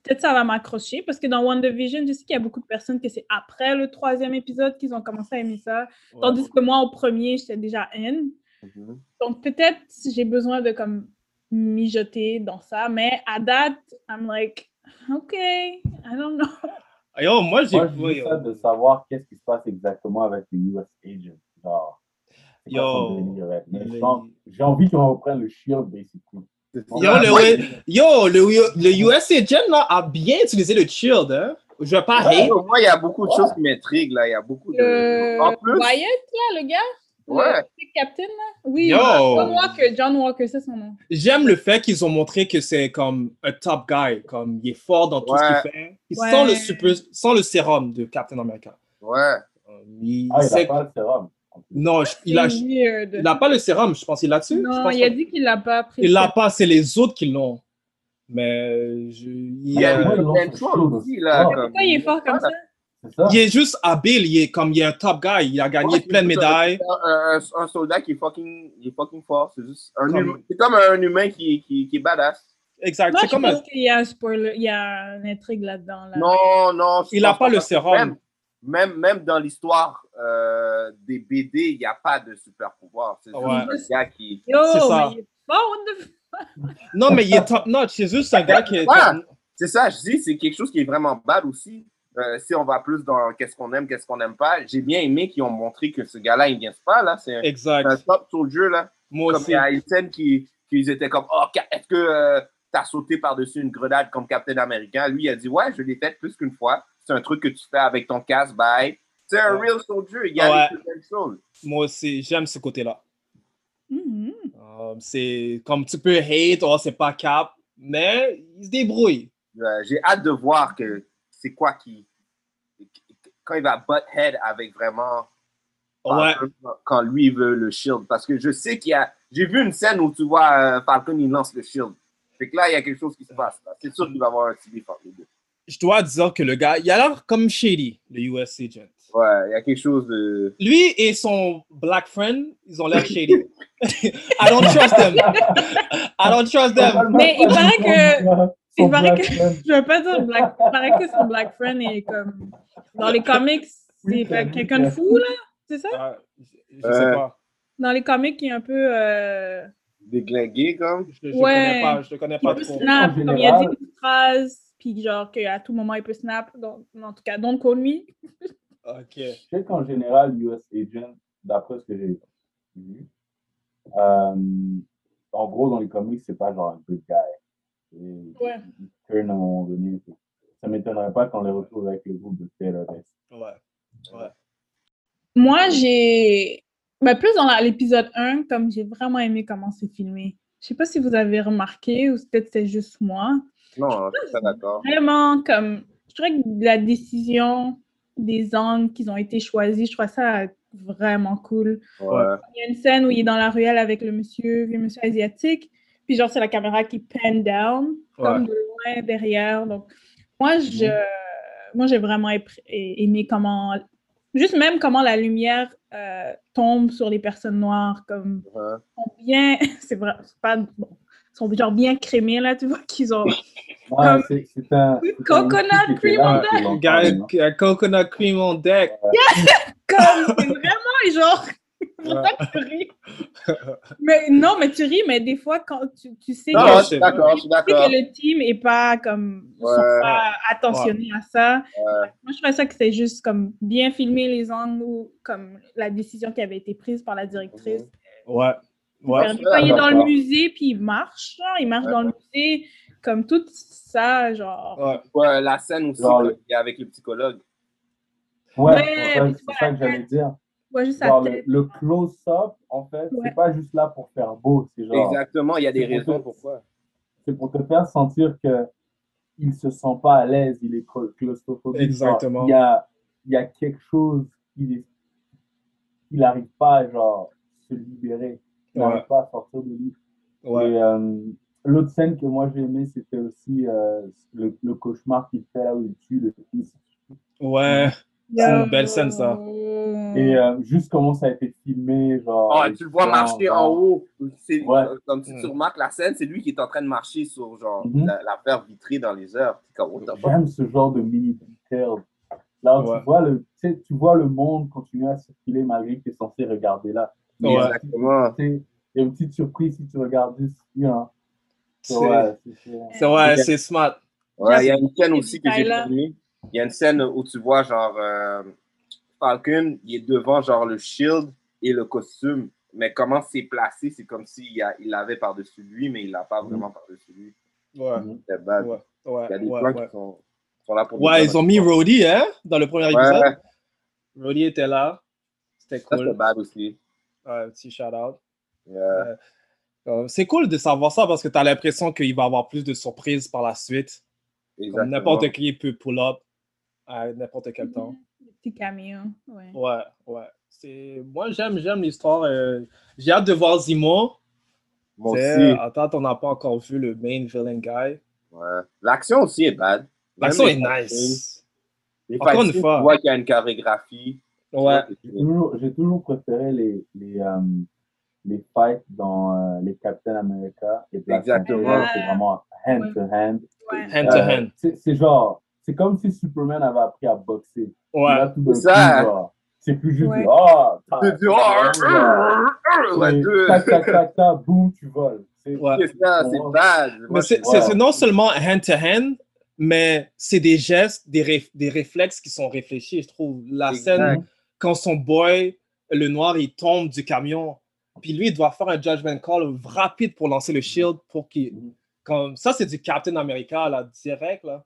S9: Peut-être ça va m'accrocher parce que dans WandaVision, je sais qu'il y a beaucoup de personnes que c'est après le troisième épisode qu'ils ont commencé à aimer ça.
S10: Ouais.
S9: Tandis que moi, au premier, j'étais déjà N. Donc, peut-être si j'ai besoin de comme mijoter dans ça, mais à date, I'm like, OK, I don't know.
S10: Ah, Yo, moi, j'ai.
S8: Moi, je
S10: ouais,
S8: dis
S10: yo.
S8: ça de savoir qu'est-ce qui se passe exactement avec les US agents. Genre, c'est quoi
S10: Yo.
S8: son délire avec- mais
S10: Les-
S8: je pense- J'ai envie qu'on reprenne le shield, basically.
S10: Yo, le, yo, le- le US Agent là, a bien utilisé le shield. Hein? Je vais pas hate.
S7: Hey, moi, il y a beaucoup de choses qui m'intriguent, là. Il y a beaucoup de...
S10: Euh,
S9: Le
S7: En plus,
S9: Wyatt, là, le gars, le
S7: ouais.
S9: le captain, là. Oui,
S10: Yo.
S9: John Walker, John Walker, c'est son nom.
S10: J'aime le fait qu'ils ont montré que c'est comme un top guy, comme il est fort dans tout
S7: Ouais.
S10: ce qu'il fait. Puis
S9: Ouais.
S10: Sans, le super, sans le sérum de Captain America.
S7: Ouais.
S10: Euh, Il
S8: Ah, il
S10: sait-
S8: a pas le sérum. en plus.
S10: Non, je- il a,
S9: C'est weird.
S10: il a pas le sérum, je pense. Il l'a dessus. Je
S9: Non,
S10: pense
S9: il a
S10: pas.
S9: dit qu'il l'a pas pris.
S10: Il l'a pas, c'est les autres qui l'ont. Mais je- il
S7: Il y a
S10: a-
S8: Ouais,
S7: des
S8: non,
S7: plein de
S8: c'est
S7: choses
S8: chaud.
S7: aussi, là.
S8: Ouais.
S7: comme-
S9: Pourquoi il est fort comme ça?
S8: ça.
S10: Il est juste habile, il est comme il est un top guy, il a gagné
S7: Ouais,
S10: plein de
S7: c'est ça,
S10: médailles.
S7: c'est Un, un- un soldat qui est fucking, il est fucking fort. C'est juste un
S10: Comme-
S7: humain- C'est comme un humain qui, qui, qui est badass.
S10: Exact.
S9: Moi, je pense qu'il y a un spoiler, il y a une intrigue là-dedans. Là.
S7: Non, non.
S10: Il a pas le sérum.
S7: Même, même, même dans l'histoire euh, des BD, il n'y a pas de super pouvoir. C'est juste
S10: Ouais.
S7: un gars qui.
S9: Yo,
S10: C'est ça.
S9: mais il est fort, what the fuck?
S10: Non, mais il est top notch. C'est juste un gars qui est.
S7: Ouais,
S10: top-
S7: Ben, c'est ça, je dis, c'est quelque chose qui est vraiment bad aussi. Euh, si on va plus dans qu'est-ce qu'on aime, qu'est-ce qu'on n'aime pas, j'ai bien aimé qu'ils ont montré que ce gars-là, il ne vient pas, là. C'est un,
S10: Exact.
S7: c'est un top sur le jeu, là.
S10: Moi
S7: comme
S10: aussi.
S7: il y a une scène qui, qui ils étaient comme, oh, ca- est-ce que euh, t'as sauté par-dessus une grenade comme Captain Américain? Lui, il a dit, ouais, je l'ai fait plus qu'une fois. C'est un truc que tu fais avec ton casque, bye. C'est un
S10: Ouais.
S7: real soldier, il y a
S10: Ouais.
S7: les deux mêmes choses.
S10: Moi aussi, j'aime ce côté-là.
S9: Mhm.
S10: Um, c'est comme tu peux hate, oh, c'est pas cap, mais il se débrouille.
S7: Euh, j'ai hâte de voir que c'est quoi qui. Quand il va butt head avec vraiment.
S10: Ouais.
S7: Falcon, Quand lui veut le shield. Parce que je sais qu'il y a. J'ai vu une scène où tu vois euh, Falcon, il lance le shield. Fait que là, il y a quelque chose qui se passe. là. C'est sûr qu'il va y avoir un CD par les deux.
S10: Je dois dire que le gars, il a l'air comme Shady, le US agent.
S7: Ouais, il y a quelque chose de.
S10: Lui et son black friend, ils ont l'air shady. I don't trust them. I don't trust them.
S9: Mais il paraît que-
S8: Son
S9: il paraît
S8: black
S9: que-
S8: friend.
S9: Je veux pas dire Black. Il paraît que son Black Friend est comme. Dans les comics, c'est
S8: Oui,
S9: pas-
S8: oui,
S9: quelqu'un de
S8: oui.
S9: fou, là. C'est ça?
S10: Ah, je, je sais
S7: Ouais.
S10: pas.
S9: Dans les comics, il est un peu. euh,
S7: déglingué, comme.
S10: Je, je
S9: Ouais.
S10: connais pas. Je connais
S9: il
S10: pas
S9: peut
S10: trop.
S9: snap,
S8: En
S9: comme il a dit
S8: général-
S9: une phrase, puis genre qu'à tout moment, il peut snap. Donc, en tout cas, don't call me.
S10: Ok.
S8: Je sais qu'en général, US Agent, d'après ce que j'ai vu, euh, en gros, dans les comics, c'est pas genre un good guy. Et-
S9: Ouais.
S8: Il turn à un moment donné. et tout. Ça m'étonnerait pas qu'on les retrouve avec le groupe de terroristes.
S10: Ouais. Ouais.
S9: Moi, j'ai. Ben, plus dans la- l'épisode 1, comme j'ai vraiment aimé comment c'est filmé. Je sais pas si vous avez remarqué ou peut-être c'est juste moi.
S7: Non, je suis pas d'accord.
S9: Vraiment, comme. Je trouvais que la décision des angles qui ont été choisis, je trouve ça vraiment cool.
S7: Ouais.
S9: Il y a une scène où il est dans la ruelle avec le monsieur, le monsieur asiatique, puis genre c'est la caméra qui pan down, comme de loin derrière. Donc moi je, moi j'ai vraiment épr- é- aimé comment, juste même comment la lumière euh, tombe sur les personnes noires, comme
S7: ouais.
S9: ils sont bien, c'est vrai, c'est pas bon, ils sont genre bien crémés là, tu vois qu'ils ont.
S8: Ouais,
S9: Comme-
S8: c'est- c'est un.
S9: Oui,
S8: c'est un
S9: coconut
S8: outil qui était
S9: cream
S10: Ah,
S8: là
S9: on
S8: depuis longtemps,
S10: Guy,
S8: non?
S10: a coconut cream on deck.
S9: comme c'est vraiment genre pourtant tu ris. Mais non, mais tu ris, mais des fois quand tu, tu sais
S7: Non,
S9: que-
S7: non,
S10: Ouais,
S7: je
S10: c'est
S7: suis d'accord, je suis
S9: Tu sais
S7: d'accord.
S9: que le team est pas comme sont
S7: Ouais.
S9: pas attentionnés à ça.
S7: Ouais.
S9: Moi, je trouvais ça que c'est juste comme bien filmer les angles ou comme la décision qui avait été prise par la directrice.
S10: Ouais. Ouais.
S9: Faire- Quand il est dans le
S8: d'accord.
S9: musée puis il marche, genre, il marche dans le musée comme tout ça, genre.
S10: Ouais.
S7: Ouais, la scène aussi,
S8: Genre-
S7: quand il est avec le psychologue.
S8: Ouais,
S9: Ouais,
S8: c'est ça-
S9: mais tu vois
S8: c'est
S9: la
S8: ça que j'allais
S9: tête.
S8: dire.
S9: Tu vois juste sa
S8: Genre, le,
S9: tête.
S8: le close-up, en fait,
S9: Ouais.
S8: c'est pas juste là pour faire beau, c'est genre.
S7: Exactement, il y a des
S8: C'est pour
S7: raisons
S8: ça.
S7: pourquoi.
S8: C'est pour te faire sentir que il se sent pas à l'aise, il est cla- claustrophobique.
S10: Exactement.
S8: Genre, Il y a, il y a quelque chose qu'il est- il n'arrive pas à genre, se libérer, il
S10: Ouais.
S8: n'arrive pas à sortir de lui.
S10: Ouais.
S8: Et euh, l'autre scène que moi j'ai aimée, c'était aussi euh, le, le cauchemar qu'il fait là où il tue le fils.
S10: Ouais. C'est une belle scène, ça.
S8: Et euh, juste comment ça a été filmé, genre.
S10: Ah,
S7: Oh, Mm. tu le vois
S8: genre,
S7: marcher
S8: genre,
S7: en haut. C'est- euh,
S8: Ouais.
S7: Comme si tu
S10: Mm. Mm-hmm.
S7: remarques la scène, c'est lui qui est en train de marcher sur genre
S8: Mhm.
S7: la- l'affaire vitrée dans les heures. C'est comme, what the fuck?
S8: J'aime ce genre de mini detail. Là, où
S10: Ouais.
S8: tu, vois le, tu sais, tu vois le monde continuer à circuler malgré que tu es censé regarder là. Mais
S10: Ouais.
S7: Exactement.
S8: tu sais, Il y a une petite surprise si tu regardes juste. Hein.
S10: C'est
S8: So, ouais, c'est- c'est-
S10: c'est- ouais, c'est smart.
S7: Ouais, il y a une scène aussi que j'ai
S9: Tyler.
S7: aimée. Il y a une scène où tu vois genre euh, Falcon, il est devant genre le shield et le costume. Mais comment c'est placé, c'est comme s'il y a- il l'avait par-dessus lui, mais il l'a pas vraiment par-dessus lui.
S10: Ouais.
S7: C'est bad.
S10: Ouais.
S7: Il y a
S10: Ouais.
S7: des
S10: Ouais.
S7: plans
S10: ouais.
S7: qui sont, sont là pour nous
S10: Ouais,
S7: dire-
S10: ils ont mis Roddy, hein, dans le premier
S7: Ouais,
S10: épisode.
S7: ouais,
S10: Roddy était là. C'était
S7: ça c'est
S10: cool.
S7: bad aussi.
S10: Ouais, petit shout out.
S7: Yeah.
S10: Euh, c'est cool de savoir ça parce que tu as l'impression qu'il va y avoir plus de surprises par la suite. Comme
S7: Exactement.
S10: N'importe qui peut pull up à n'importe quel temps.
S9: Petit camion, ouais.
S10: Ouais, ouais. C'est- Moi, j'aime, j'aime l'histoire. euh, J'ai hâte de voir Zimo.
S7: Moi
S10: Tu sais,
S7: aussi.
S10: Attends, on n'a pas encore vu le main villain guy.
S7: Ouais. L'action aussi est bad.
S10: L'action est
S7: Même les-
S10: nice.
S7: Les
S10: Encore
S7: fight
S10: une
S7: scenes,
S10: fois.
S7: Tu vois qu'il y a une chorégraphie.
S10: Ouais.
S8: J'ai toujours, j'ai toujours préféré les, les, euh, les fights dans euh, les Captain America et Black
S7: Exactement.
S8: Panther. C'est vraiment hand to hand. Euh,
S10: Hand to hand.
S8: C'est c'est genre, c'est comme si Superman avait appris à boxer.
S10: Ouais.
S8: Là, tout d'un
S10: C'est
S8: coup,
S10: ça.
S8: genre, c'est plus juste,
S10: Ouais.
S8: ah, oh,
S10: C'est du, ah, ah, ah, ouais, deux.
S8: tac, tac, tac, tac, boum, tu voles. C'est
S10: Ouais.
S8: c'est vraiment-
S10: Mais c'est c'est- c'est non seulement hand-to-hand, mais c'est des gestes, des, réf- des réflexes qui sont réfléchis, je trouve. La
S8: Exact.
S10: scène, quand son boy, le noir, il tombe du camion, puis lui, il doit faire un judgment call rapide pour lancer le shield. pour qu'il
S8: Mhm.
S10: comme Ça, c'est du Captain America, là, direct, là.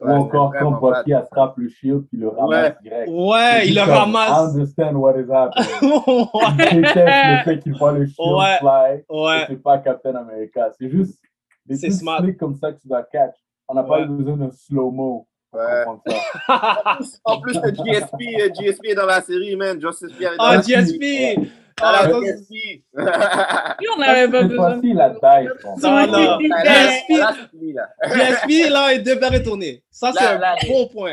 S8: Ou encore quand Bucky attrape le shield puis le ramasse
S10: Ouais.
S8: direct.
S10: Ouais,
S8: C'est
S10: il le
S8: comme,
S10: ramasse.
S8: I understand what is happening. Il
S10: Ouais.
S8: déteste le fait qu'il voit le shield
S10: Ouais.
S8: fly.
S10: Ouais.
S8: et C'est pas Captain America. C'est juste des
S10: C'est
S8: petits
S10: smart.
S8: clics comme ça que tu dois catch. On n'a pas
S10: Ouais.
S8: eu besoin d'un slow-mo pour comprendre ça.
S7: En plus, le GSP, euh, GSP est dans la série, man. Justice Pierre est dans
S10: Oh,
S7: la série.
S10: GSP!
S7: Dans
S10: Ah,
S7: la
S10: ça,
S7: GSP.
S9: on n'avait pas
S8: Cette
S9: besoin.
S8: fois-ci, il a die, je pense.
S10: Non, non. GSP,
S7: Là, c'est fini,
S10: ah,
S7: là.
S10: GSP, là, il devait retourner. Ça, c'est
S7: Là,
S10: un
S7: là,
S10: bon point.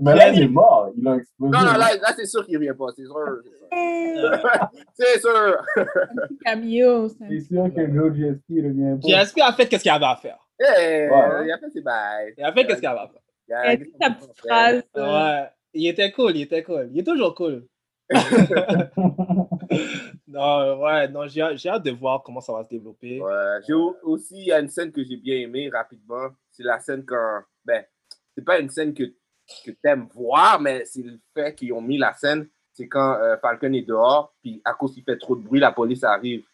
S8: Mais là, il est mort. Il a explosé.
S7: Non, non, là, là, c'est sûr qu'il revient pas. C'est sûr. C'est sûr.
S9: Cameo, c'est
S8: C'est sûr que Joe GSP revient pas.
S10: GSP a fait qu'est-ce qu'il avait à faire.
S7: Hey,
S8: Ouais.
S7: Il a fait ses bails.
S10: Il a fait qu'est-ce qu'il avait à faire.
S7: Il a-
S9: Elle a dit sa petite phrase. euh,
S10: Ouais, il était cool, il était cool. Il est toujours cool. non, euh, ouais, non, j'ai j'ai hâte de voir comment ça va se développer.
S7: Ouais, j'ai au- aussi, il y a une scène que j'ai bien aimée rapidement. C'est la scène quand. Ben, c'est pas une scène que, que t'aimes voir, mais c'est le fait qu'ils ont mis la scène. C'est quand euh, Falcon est dehors, puis à cause qu'il fait trop de bruit, la police arrive.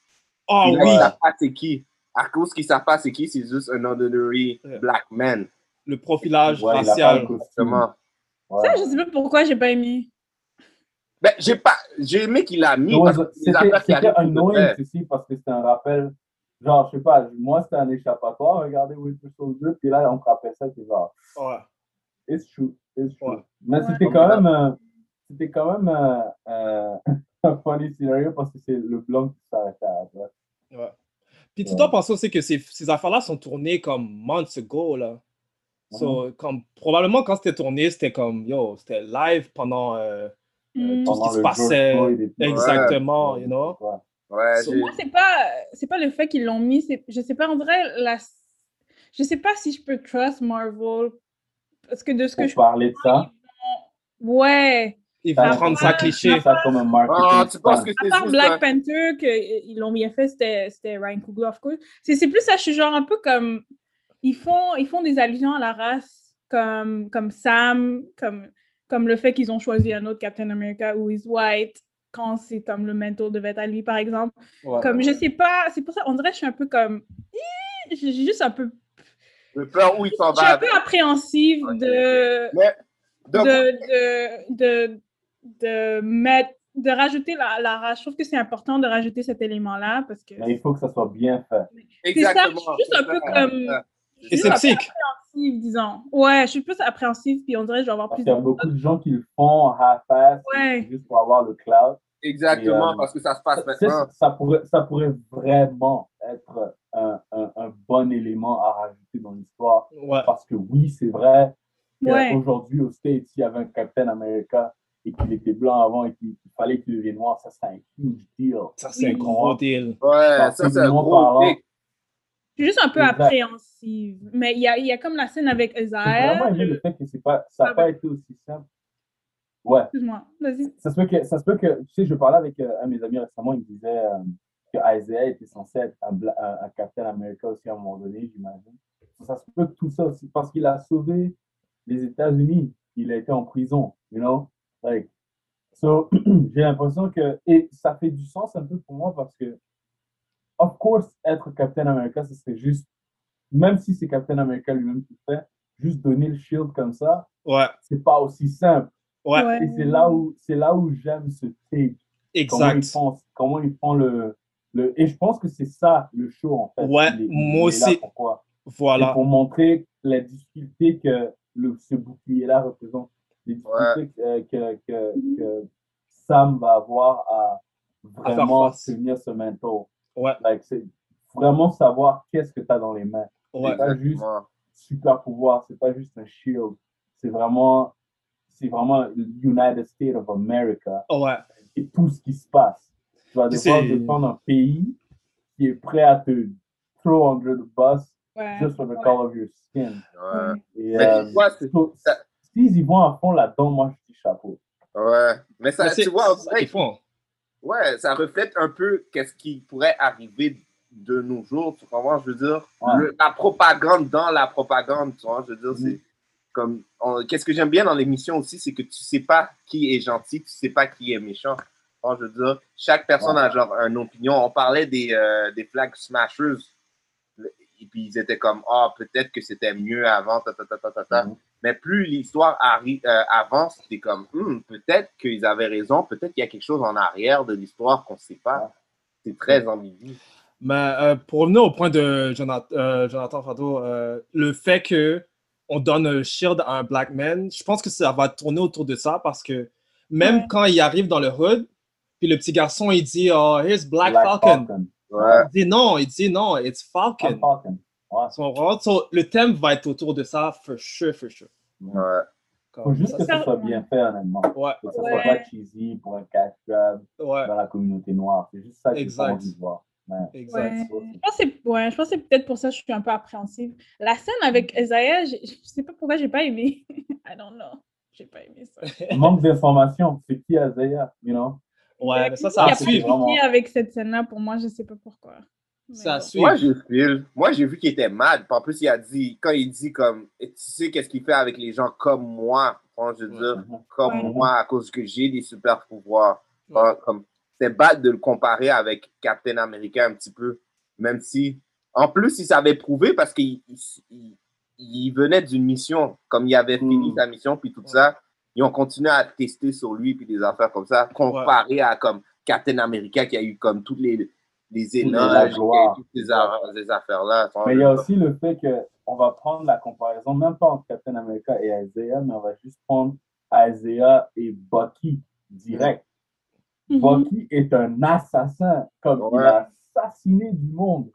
S10: Oh
S7: Puis là,
S10: oui,
S7: ils savent pas c'est qui. À cause qu'ils savent pas c'est qui, c'est juste un ordinary
S10: Ouais.
S7: black man.
S10: le profilage
S8: Ouais, il a pas le
S10: racial.
S8: costume.
S10: Hmm.
S7: Justement.
S8: Ouais.
S9: Ça, je sais pas pourquoi j'ai pas aimé.
S7: Ben, j'ai pas. J'ai aimé qu'il l'a mis.
S8: Ouais,
S7: parce que les
S8: C'était
S7: affaires qui
S8: c'était
S7: arrivent, ils le
S8: annoying
S7: font.
S8: ceci parce que c'était un rappel. Genre, je sais pas, moi c'était un échappatoire. Regardez Winter Soldier, puis là on te rappelle ça, c'est genre,
S10: Ouais.
S8: it's true, it's true.
S10: Ouais.
S8: Mais
S9: Ouais.
S8: c'était quand même, euh, c'était quand même euh, euh, un funny scénario parce que c'est le blanc qui s'arrête à la
S10: Ouais. Puis tu
S8: Ouais.
S10: dois penser aussi que ces, ces affaires-là sont tournées comme months ago, là. So, comme, probablement quand c'était tourné, c'était comme, yo, c'était live pendant euh, euh,
S9: Mm.
S10: tout
S8: Pendant
S10: ce qui se
S8: le George
S10: passait.
S8: Floyd et tout.
S10: Exactement, you know.
S8: Ouais.
S7: Ouais,
S10: So-
S7: j'ai-
S9: Moi, c'est pas, c'est pas le fait qu'ils l'ont mis. c'est- Je sais pas, on dirait la. Je sais pas si je peux trust Marvel. Parce que de ce que
S8: Pour
S9: je.
S8: parler de ça,
S9: Ouais.
S10: Ils
S8: ça-
S10: vont prendre ça cliché.
S8: ça comme un marketing.
S7: Ah, tu penses que
S8: stunt.
S9: À
S7: c'est
S9: part
S7: juste un-
S9: Black Panther, qu'ils l'ont bien fait, c'était c'était Ryan Coogler, of course. C'est c'est plus ça, je suis genre un peu comme. Ils font, ils font des allusions à la race, comme, comme Sam, comme, comme le fait qu'ils ont choisi un autre Captain America où is white, quand c'est comme le manteau devait être à lui, par exemple.
S7: Ah.
S10: Ouais.
S9: Comme je sais pas, c'est pour ça, on dirait que je suis un peu comme. Ih, J'ai juste un peu.
S7: Le plan où il s'en
S9: Je suis
S7: va.
S9: un peu appréhensive
S7: Ok,
S9: de.
S7: Mais, donc,
S9: de, de, de, de mettre. De rajouter la, la race. Je trouve que c'est important de rajouter cet élément-là parce que.
S8: Mais il faut que ça soit bien fait.
S7: exactement.
S9: je suis juste un peu
S7: c'est ça,
S9: comme-
S7: c'est ça.
S10: Et c'est psych.
S9: appréhensive, disons. Ouais, je suis plus appréhensive, puis on dirait que je vais avoir
S8: Parce
S9: plus
S8: qu'il y
S9: de.
S8: a beaucoup de gens qui le font half-ass
S9: Ouais.
S8: juste pour avoir le cloud.
S7: Exactement,
S8: Et, euh,
S7: parce que ça se passe
S8: Ça,
S7: Ah, maintenant.
S8: ça pourrait, ça pourrait vraiment être un, un- un bon élément à rajouter dans l'histoire.
S10: Ouais.
S8: Parce que oui, c'est vrai
S9: Ouais.
S8: qu'aujourd'hui, au States, il y avait un Captain America et qu'il était blanc avant et qu'il fallait qu'il devienne noir. Ça, c'est un huge deal.
S10: Ça, c'est un
S8: Oui.
S10: gros deal.
S7: Ouais, ça, c'est un
S8: Absolument
S7: gros
S8: parlant.
S7: pic.
S9: Je suis juste un peu
S8: Exact.
S9: appréhensive. Mais il y a, il y a comme la scène avec
S8: J'ai vraiment
S9: Isaiah.
S8: aimé le
S9: je-
S8: fait que c'est pas, ça n'a pas été aussi simple. Ouais.
S9: Excuse-moi, vas-y.
S8: Ça se peut que, ça se peut que tu sais, je parlais avec euh, un de mes amis récemment, il me disait euh, que Isaiah était censé être un, bla- un- un Captain America aussi à un moment donné, j'imagine. Ça se peut que tout ça aussi, parce qu'il a sauvé les États-Unis, il a été en prison, you know? Like, so, j'ai l'impression que, et ça fait du sens un peu pour moi parce que, of course, être Captain America, ce serait juste, même si c'est Captain America lui-même qui le fait, juste donner le shield comme ça,
S10: Ouais,
S8: c'est pas aussi simple.
S10: ouais,
S8: Et c'est là où c'est là où j'aime ce take. Comment ils
S10: exact.
S8: font, comment ils font le, le et je pense que c'est ça le show en fait.
S10: Ouais, moi
S8: est là
S10: aussi.
S8: pourquoi C'est
S10: Voilà.
S8: Pour montrer la difficulté que le, ce bouclier-là représente, les
S7: Ouais.
S8: difficultés que, que, que, que Sam va avoir à
S10: faire
S8: vraiment
S10: face.
S8: tenir ce mentor.
S10: Ouais,
S8: Like, c'est vraiment savoir qu'est-ce que tu as dans les mains.
S10: ouais.
S8: pas juste-
S7: Exactement.
S8: super pouvoir, c'est pas juste un shield, c'est vraiment, c'est vraiment l'United States of America
S10: Oh, ouais.
S8: et tout ce qui se passe. Tu vas devoir
S10: C'est-
S8: défendre un pays qui est prêt à te throw under the bus
S9: Ouais.
S8: just for the color of your skin.
S7: Ouais.
S8: Et,
S7: Mais
S8: euh,
S7: tu vois, c'est-
S8: so- S'ils y vont à fond là-dedans, moi je dis chapeau.
S7: Ouais. Mais ça,
S10: Mais c'est-
S7: tu vois, on
S10: c'est
S7: dirait
S10: qu'ils font.
S7: Ouais, ça reflète un peu qu'est-ce qui pourrait arriver de nos jours, tu comprends? Je veux dire,
S8: Ouais.
S7: le- la propagande dans la propagande, tu vois? Je veux dire, c'est comme. on- Qu'est-ce que j'aime bien dans l'émission aussi, c'est que tu sais pas qui est gentil, tu sais pas qui est méchant. Tu comprends? Je veux dire, chaque personne a genre une opinion. On parlait des, euh, des flag smashers, et puis ils étaient comme, ah, peut-être que c'était mieux avant, ta ta ta ta ta ta. Mais plus l'histoire arri- euh, avance, c'est comme, Hmm, peut-être qu'ils avaient raison, peut-être qu'il y a quelque chose en arrière de l'histoire qu'on ne sait pas. C'est très ambigu.
S10: Mais euh, pour revenir au point de Jonathan, euh, Jonathan Fado, euh, le fait que on donne un shield à un black man, je pense que ça va tourner autour de ça parce que même quand il arrive dans le hood, puis le petit garçon il dit oh here's Black, Falcon.
S7: Ouais.
S10: Il dit non, il dit non, it's Falcon.
S8: Black Falcon. Ouais.
S10: Son rôle, so, le thème va être autour de ça for sure, for sure.
S7: Ouais.
S10: Comme
S8: Faut juste
S10: ça,
S8: que ça
S9: Ça-
S8: soit bien fait, honnêtement.
S10: ouais,
S8: Que ça
S9: Ouais.
S8: soit pas cheesy pour un cash grab
S10: ouais,
S8: dans la communauté noire. C'est juste ça que j'ai
S10: Exact.
S8: envie de voir. Ouais.
S10: exact.
S9: Ouais. Je pense que c'est ouais, je pense que c'est peut-être pour ça que je suis un peu appréhensive. La scène avec Isaiah, j'ai- je sais pas pourquoi j'ai pas aimé. I don't know. J'ai pas aimé ça.
S8: Manque d'informations. C'est qui Azaya, you know?
S10: Ouais, mais ça,
S9: Il
S10: ça
S9: y
S10: va
S9: a pas de
S10: suivre.
S9: lien avec cette scène-là pour moi, je sais pas pourquoi. Mais
S10: Ça
S9: bon.
S10: suit.
S7: Moi, j'ai feel. Moi, j'ai vu qu'il était mad. Puis En plus, il a dit, quand il dit comme, tu sais qu'est-ce qu'il fait avec les gens comme moi, Bon, je veux dire, comme
S9: Ouais.
S7: moi, à cause que j'ai des super pouvoirs.
S10: Ouais.
S7: Bon, comme, c'est bad de le comparer avec Captain America un petit peu, même si, en plus, il s'avait prouvé parce qu'il il- il- il venait d'une mission, comme il avait fini
S8: Mm.
S7: sa mission, puis tout ça. Ils ont continué à tester sur lui, puis des affaires comme ça, comparé à comme Captain America qui a eu comme toutes les, les
S8: les
S7: éloges,
S8: gloires.
S7: et toutes ces, a- ces affaires-là. tu vois,
S8: Mais
S7: je-
S8: il y a aussi le fait qu'on va prendre la comparaison, même pas entre Captain America et Isaiah, mais on va juste prendre Isaiah et Bucky direct.
S9: Mhm.
S8: Bucky est un assassin, comme il
S7: Ouais.
S8: a assassiné du monde.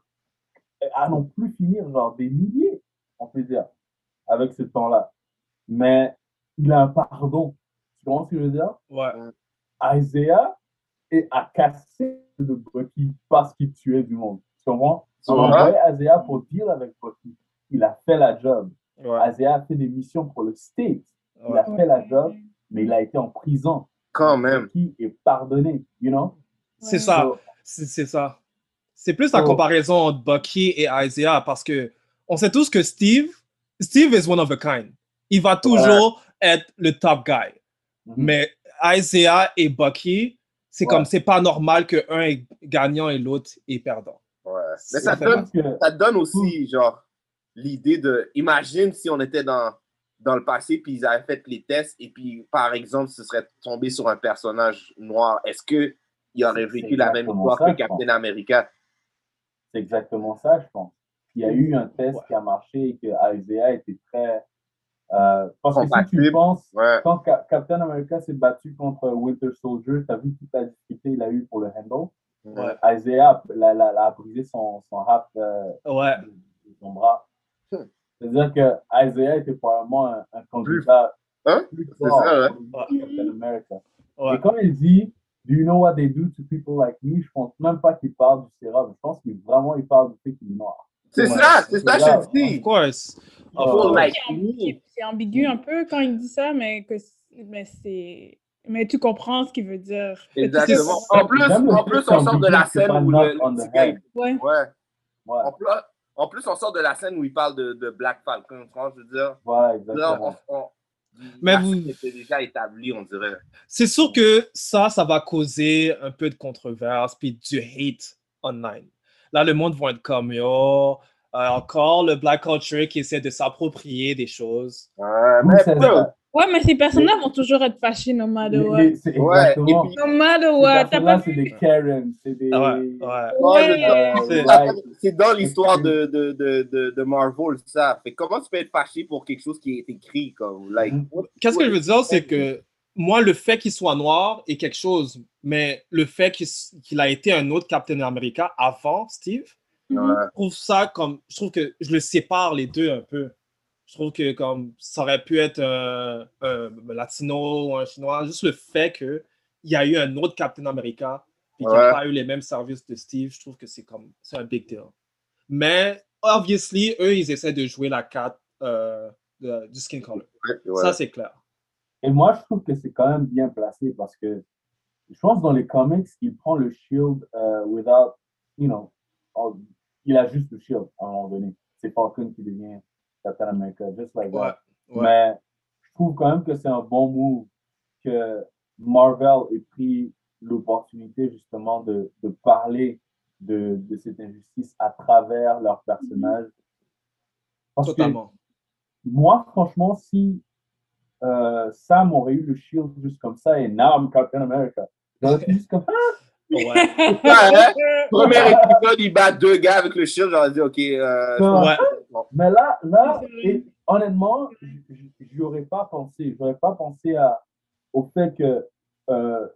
S8: Et À non plus finir, genre des milliers, on peut dire, avec ce temps-là. Mais il a un pardon. Tu comprends ce que je veux dire?
S10: Ouais,
S8: Isaiah et à casser le Bucky parce qu'il tuait du monde. Tu comprends? On
S7: Ouais.
S8: a envoyé Isaiah pour deal avec Bucky. Il a fait la job.
S10: ouais,
S8: Isaiah a fait des missions pour le state. Il
S10: ouais.
S8: a fait la job, mais il a été en prison.
S7: Quand même.
S8: Bucky est pardonné, you know?
S10: C'est ça.
S8: So,
S10: C'est c'est ça. C'est plus la
S8: Oh.
S10: comparaison entre Bucky et Isaiah parce que on sait tous que Steve, Steve is one of a kind. Il va toujours être le top guy.
S8: mhm.
S10: Mais Isaiah et Bucky, c'est
S8: Ouais.
S10: comme c'est pas normal que un est gagnant et l'autre est perdant.
S7: Ouais.
S10: C'est
S7: Mais ça
S8: Je
S7: donne,
S8: pense que-
S7: ça donne
S8: Mm.
S7: aussi, genre, l'idée de. Imagine si on était dans, dans le passé, puis ils avaient fait les tests, et puis, par exemple, ce serait tombé sur un personnage noir. Est-ce que il aurait
S8: C'est- c'est
S7: vécu la même
S8: exactement
S7: histoire
S8: ça,
S7: que
S8: je pense.
S7: Captain America?
S8: C'est exactement ça, je pense. Il y a eu un test
S10: Ouais.
S8: qui a marché et que Isaiah était très. euh, parce que si tu
S7: Compatible.
S8: penses,
S7: Ouais.
S8: quand Ca- Captain America s'est battu contre Winter Soldier, t'as vu toute la difficulté il a eu pour le handle. Euh,
S7: Ouais.
S8: Isaiah la, la, la a brisé son, son rap, euh,
S10: Ouais,
S8: son bras.
S7: Hmm.
S8: C'est-à-dire que Isaiah était probablement un, un candidat
S7: Hein?
S8: plus
S7: C'est
S8: fort
S7: ça, ouais.
S8: pour Captain America.
S10: ouais.
S8: Et quand il dit Do you know what they do to people like me? Je pense même pas qu'il parle du sérum. Je pense qu'il vraiment il parle du fait qu'il est noir.
S7: C'est
S10: Ouais.
S7: ça, c'est ça,
S8: Là,
S7: je te
S10: Of
S7: dis.
S10: course. Of
S8: Oh.
S7: People
S10: course.
S7: like
S9: C'est
S7: me.
S9: ambigu- C'est ambigu un peu quand il dit ça, mais que c'est- mais c'est mais tu comprends ce qu'il veut dire.
S7: Exactement.
S10: C'est-
S7: En plus,
S8: J'aime le
S7: en
S8: fait
S7: plus,
S8: que
S7: on sort de la
S8: c'est
S7: scène
S8: pas
S7: où
S8: knock
S7: le,
S8: on
S7: le
S8: the
S7: petit gars,
S8: head.
S9: Ouais.
S7: ouais.
S8: Ouais,
S7: En plus, en plus, on sort de la scène où il parle de, de Black Falcon, tu vois, je veux dire.
S8: voilà,
S7: Là,
S8: exactement.
S7: on, on,
S10: Mais
S7: la
S10: vous-
S7: scène était déjà établie, on dirait.
S10: C'est sûr que ça, ça va causer un peu de controverse puis du hate online. Là, le monde va être comme yo, euh, encore le black culture qui essaie de s'approprier des choses.
S7: Ouais,
S8: Nous,
S7: mais
S8: c'est-
S7: bro,
S9: Ouais, mais ces personnes-là vont toujours être fâchées no matter
S8: les-
S9: what.
S8: les- c'est
S7: Ouais, et
S8: exactement.
S7: puis-
S9: No matter
S8: Ces
S9: what. T'as pas
S8: personnes-là, c'est
S9: vu
S8: des Karen, c'est des.
S10: Ah ouais, ouais.
S7: Ouais, je-
S9: Ouais.
S8: Euh,
S7: Ah,
S8: like,
S7: C'est dans l'histoire de,
S10: Mm-hmm.
S7: de, de, de, de Marvel, ça. Fait comment tu peux être fâché pour quelque chose qui est écrit, comme, like...
S8: Mhm.
S7: what-
S10: Mm-hmm. Qu'est-ce que
S7: what-
S10: je veux dire, c'est que moi, le fait qu'il soit noir est quelque chose, mais le fait qu'il s- qu'il a été un autre Captain America avant Steve,
S7: Ouais.
S9: Mhm.
S10: je trouve ça comme, je trouve que je le sépare les deux un peu. Je trouve que comme ça aurait pu être un, un latino ou un chinois, juste le fait qu'il y a eu un autre Captain America et qu'il
S7: Ouais.
S10: n'a pas eu les mêmes services de Steve, je trouve que c'est comme c'est un big deal. Mais obviously, eux, ils essaient de jouer la carte euh, de- du skin color. Ça, c'est clair.
S8: Et moi, je trouve que c'est quand même bien placé parce que je pense que dans les comics, il prend le shield euh, without, you know, en- il a juste le shield à un moment donné. C'est Falcon qui devient Captain America, just like that.
S10: ouais.
S8: Mais je trouve quand même que c'est un bon move que Marvel ait pris l'opportunité justement de, de parler de, de cette injustice à travers leur personnage. Parce que
S10: Totalement.
S8: moi, franchement, si euh, Sam aurait eu le shield juste comme ça et now I'm Captain America, j'aurais été juste comme ah!
S7: hein? Premier épisode, il bat deux gars avec le shield. J'aurais dit, OK. euh,
S8: Non.
S7: c'est
S8: Ah, Mais là, là et honnêtement, j- j- j'y aurais pas pensé. J'aurais pas pensé à, au fait que euh,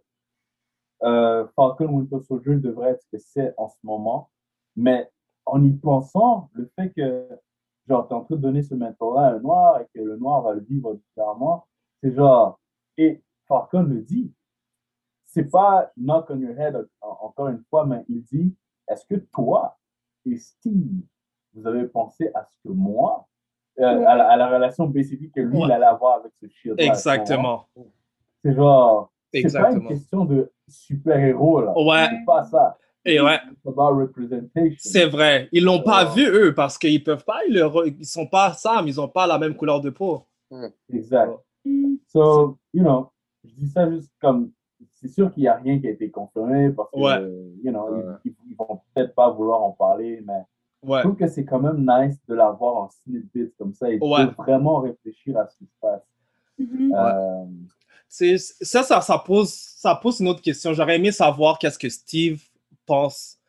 S8: euh, Falcon Winter Soldier devrait être ce que c'est en ce moment. Mais en y pensant, le fait que genre, t'es en train de donner ce mentorat à un noir et que le noir va le vivre différemment, c'est genre. Et Falcon le dit. C'est pas knock on your head en- encore une fois, mais il dit est-ce que toi et Steve, vous avez pensé à ce que moi, euh, à, la, à la relation basically que lui, il
S10: Ouais.
S8: allait avoir avec ce shield
S10: Exactement.
S8: C'est genre. C'est pas une
S10: Exactement. Oh.
S8: question de super-héros, là.
S10: Ouais.
S8: C'est pas ça.
S10: Et ouais.
S8: It's about representation.
S10: C'est vrai. Ils l'ont pas vu, eux, parce qu'ils peuvent pas. Ils, le re- ils sont pas Sam, ils ont pas la même couleur de peau.
S8: Exact. So, you know, je dis ça juste comme. C'est sûr qu'il n'y a rien qui a été confirmé parce que,
S10: Ouais.
S8: you know, ils, ils- ils vont peut-être pas vouloir en parler, mais
S10: Ouais.
S8: je trouve que c'est quand même nice de l'avoir en snippet comme ça et
S10: Ouais.
S8: de vraiment réfléchir à ce qui se passe.
S9: Mhm.
S8: Euh,
S10: C'est- Ça, ça, ça pose, ça pose une autre question. J'aurais aimé savoir qu'est-ce que Steve pense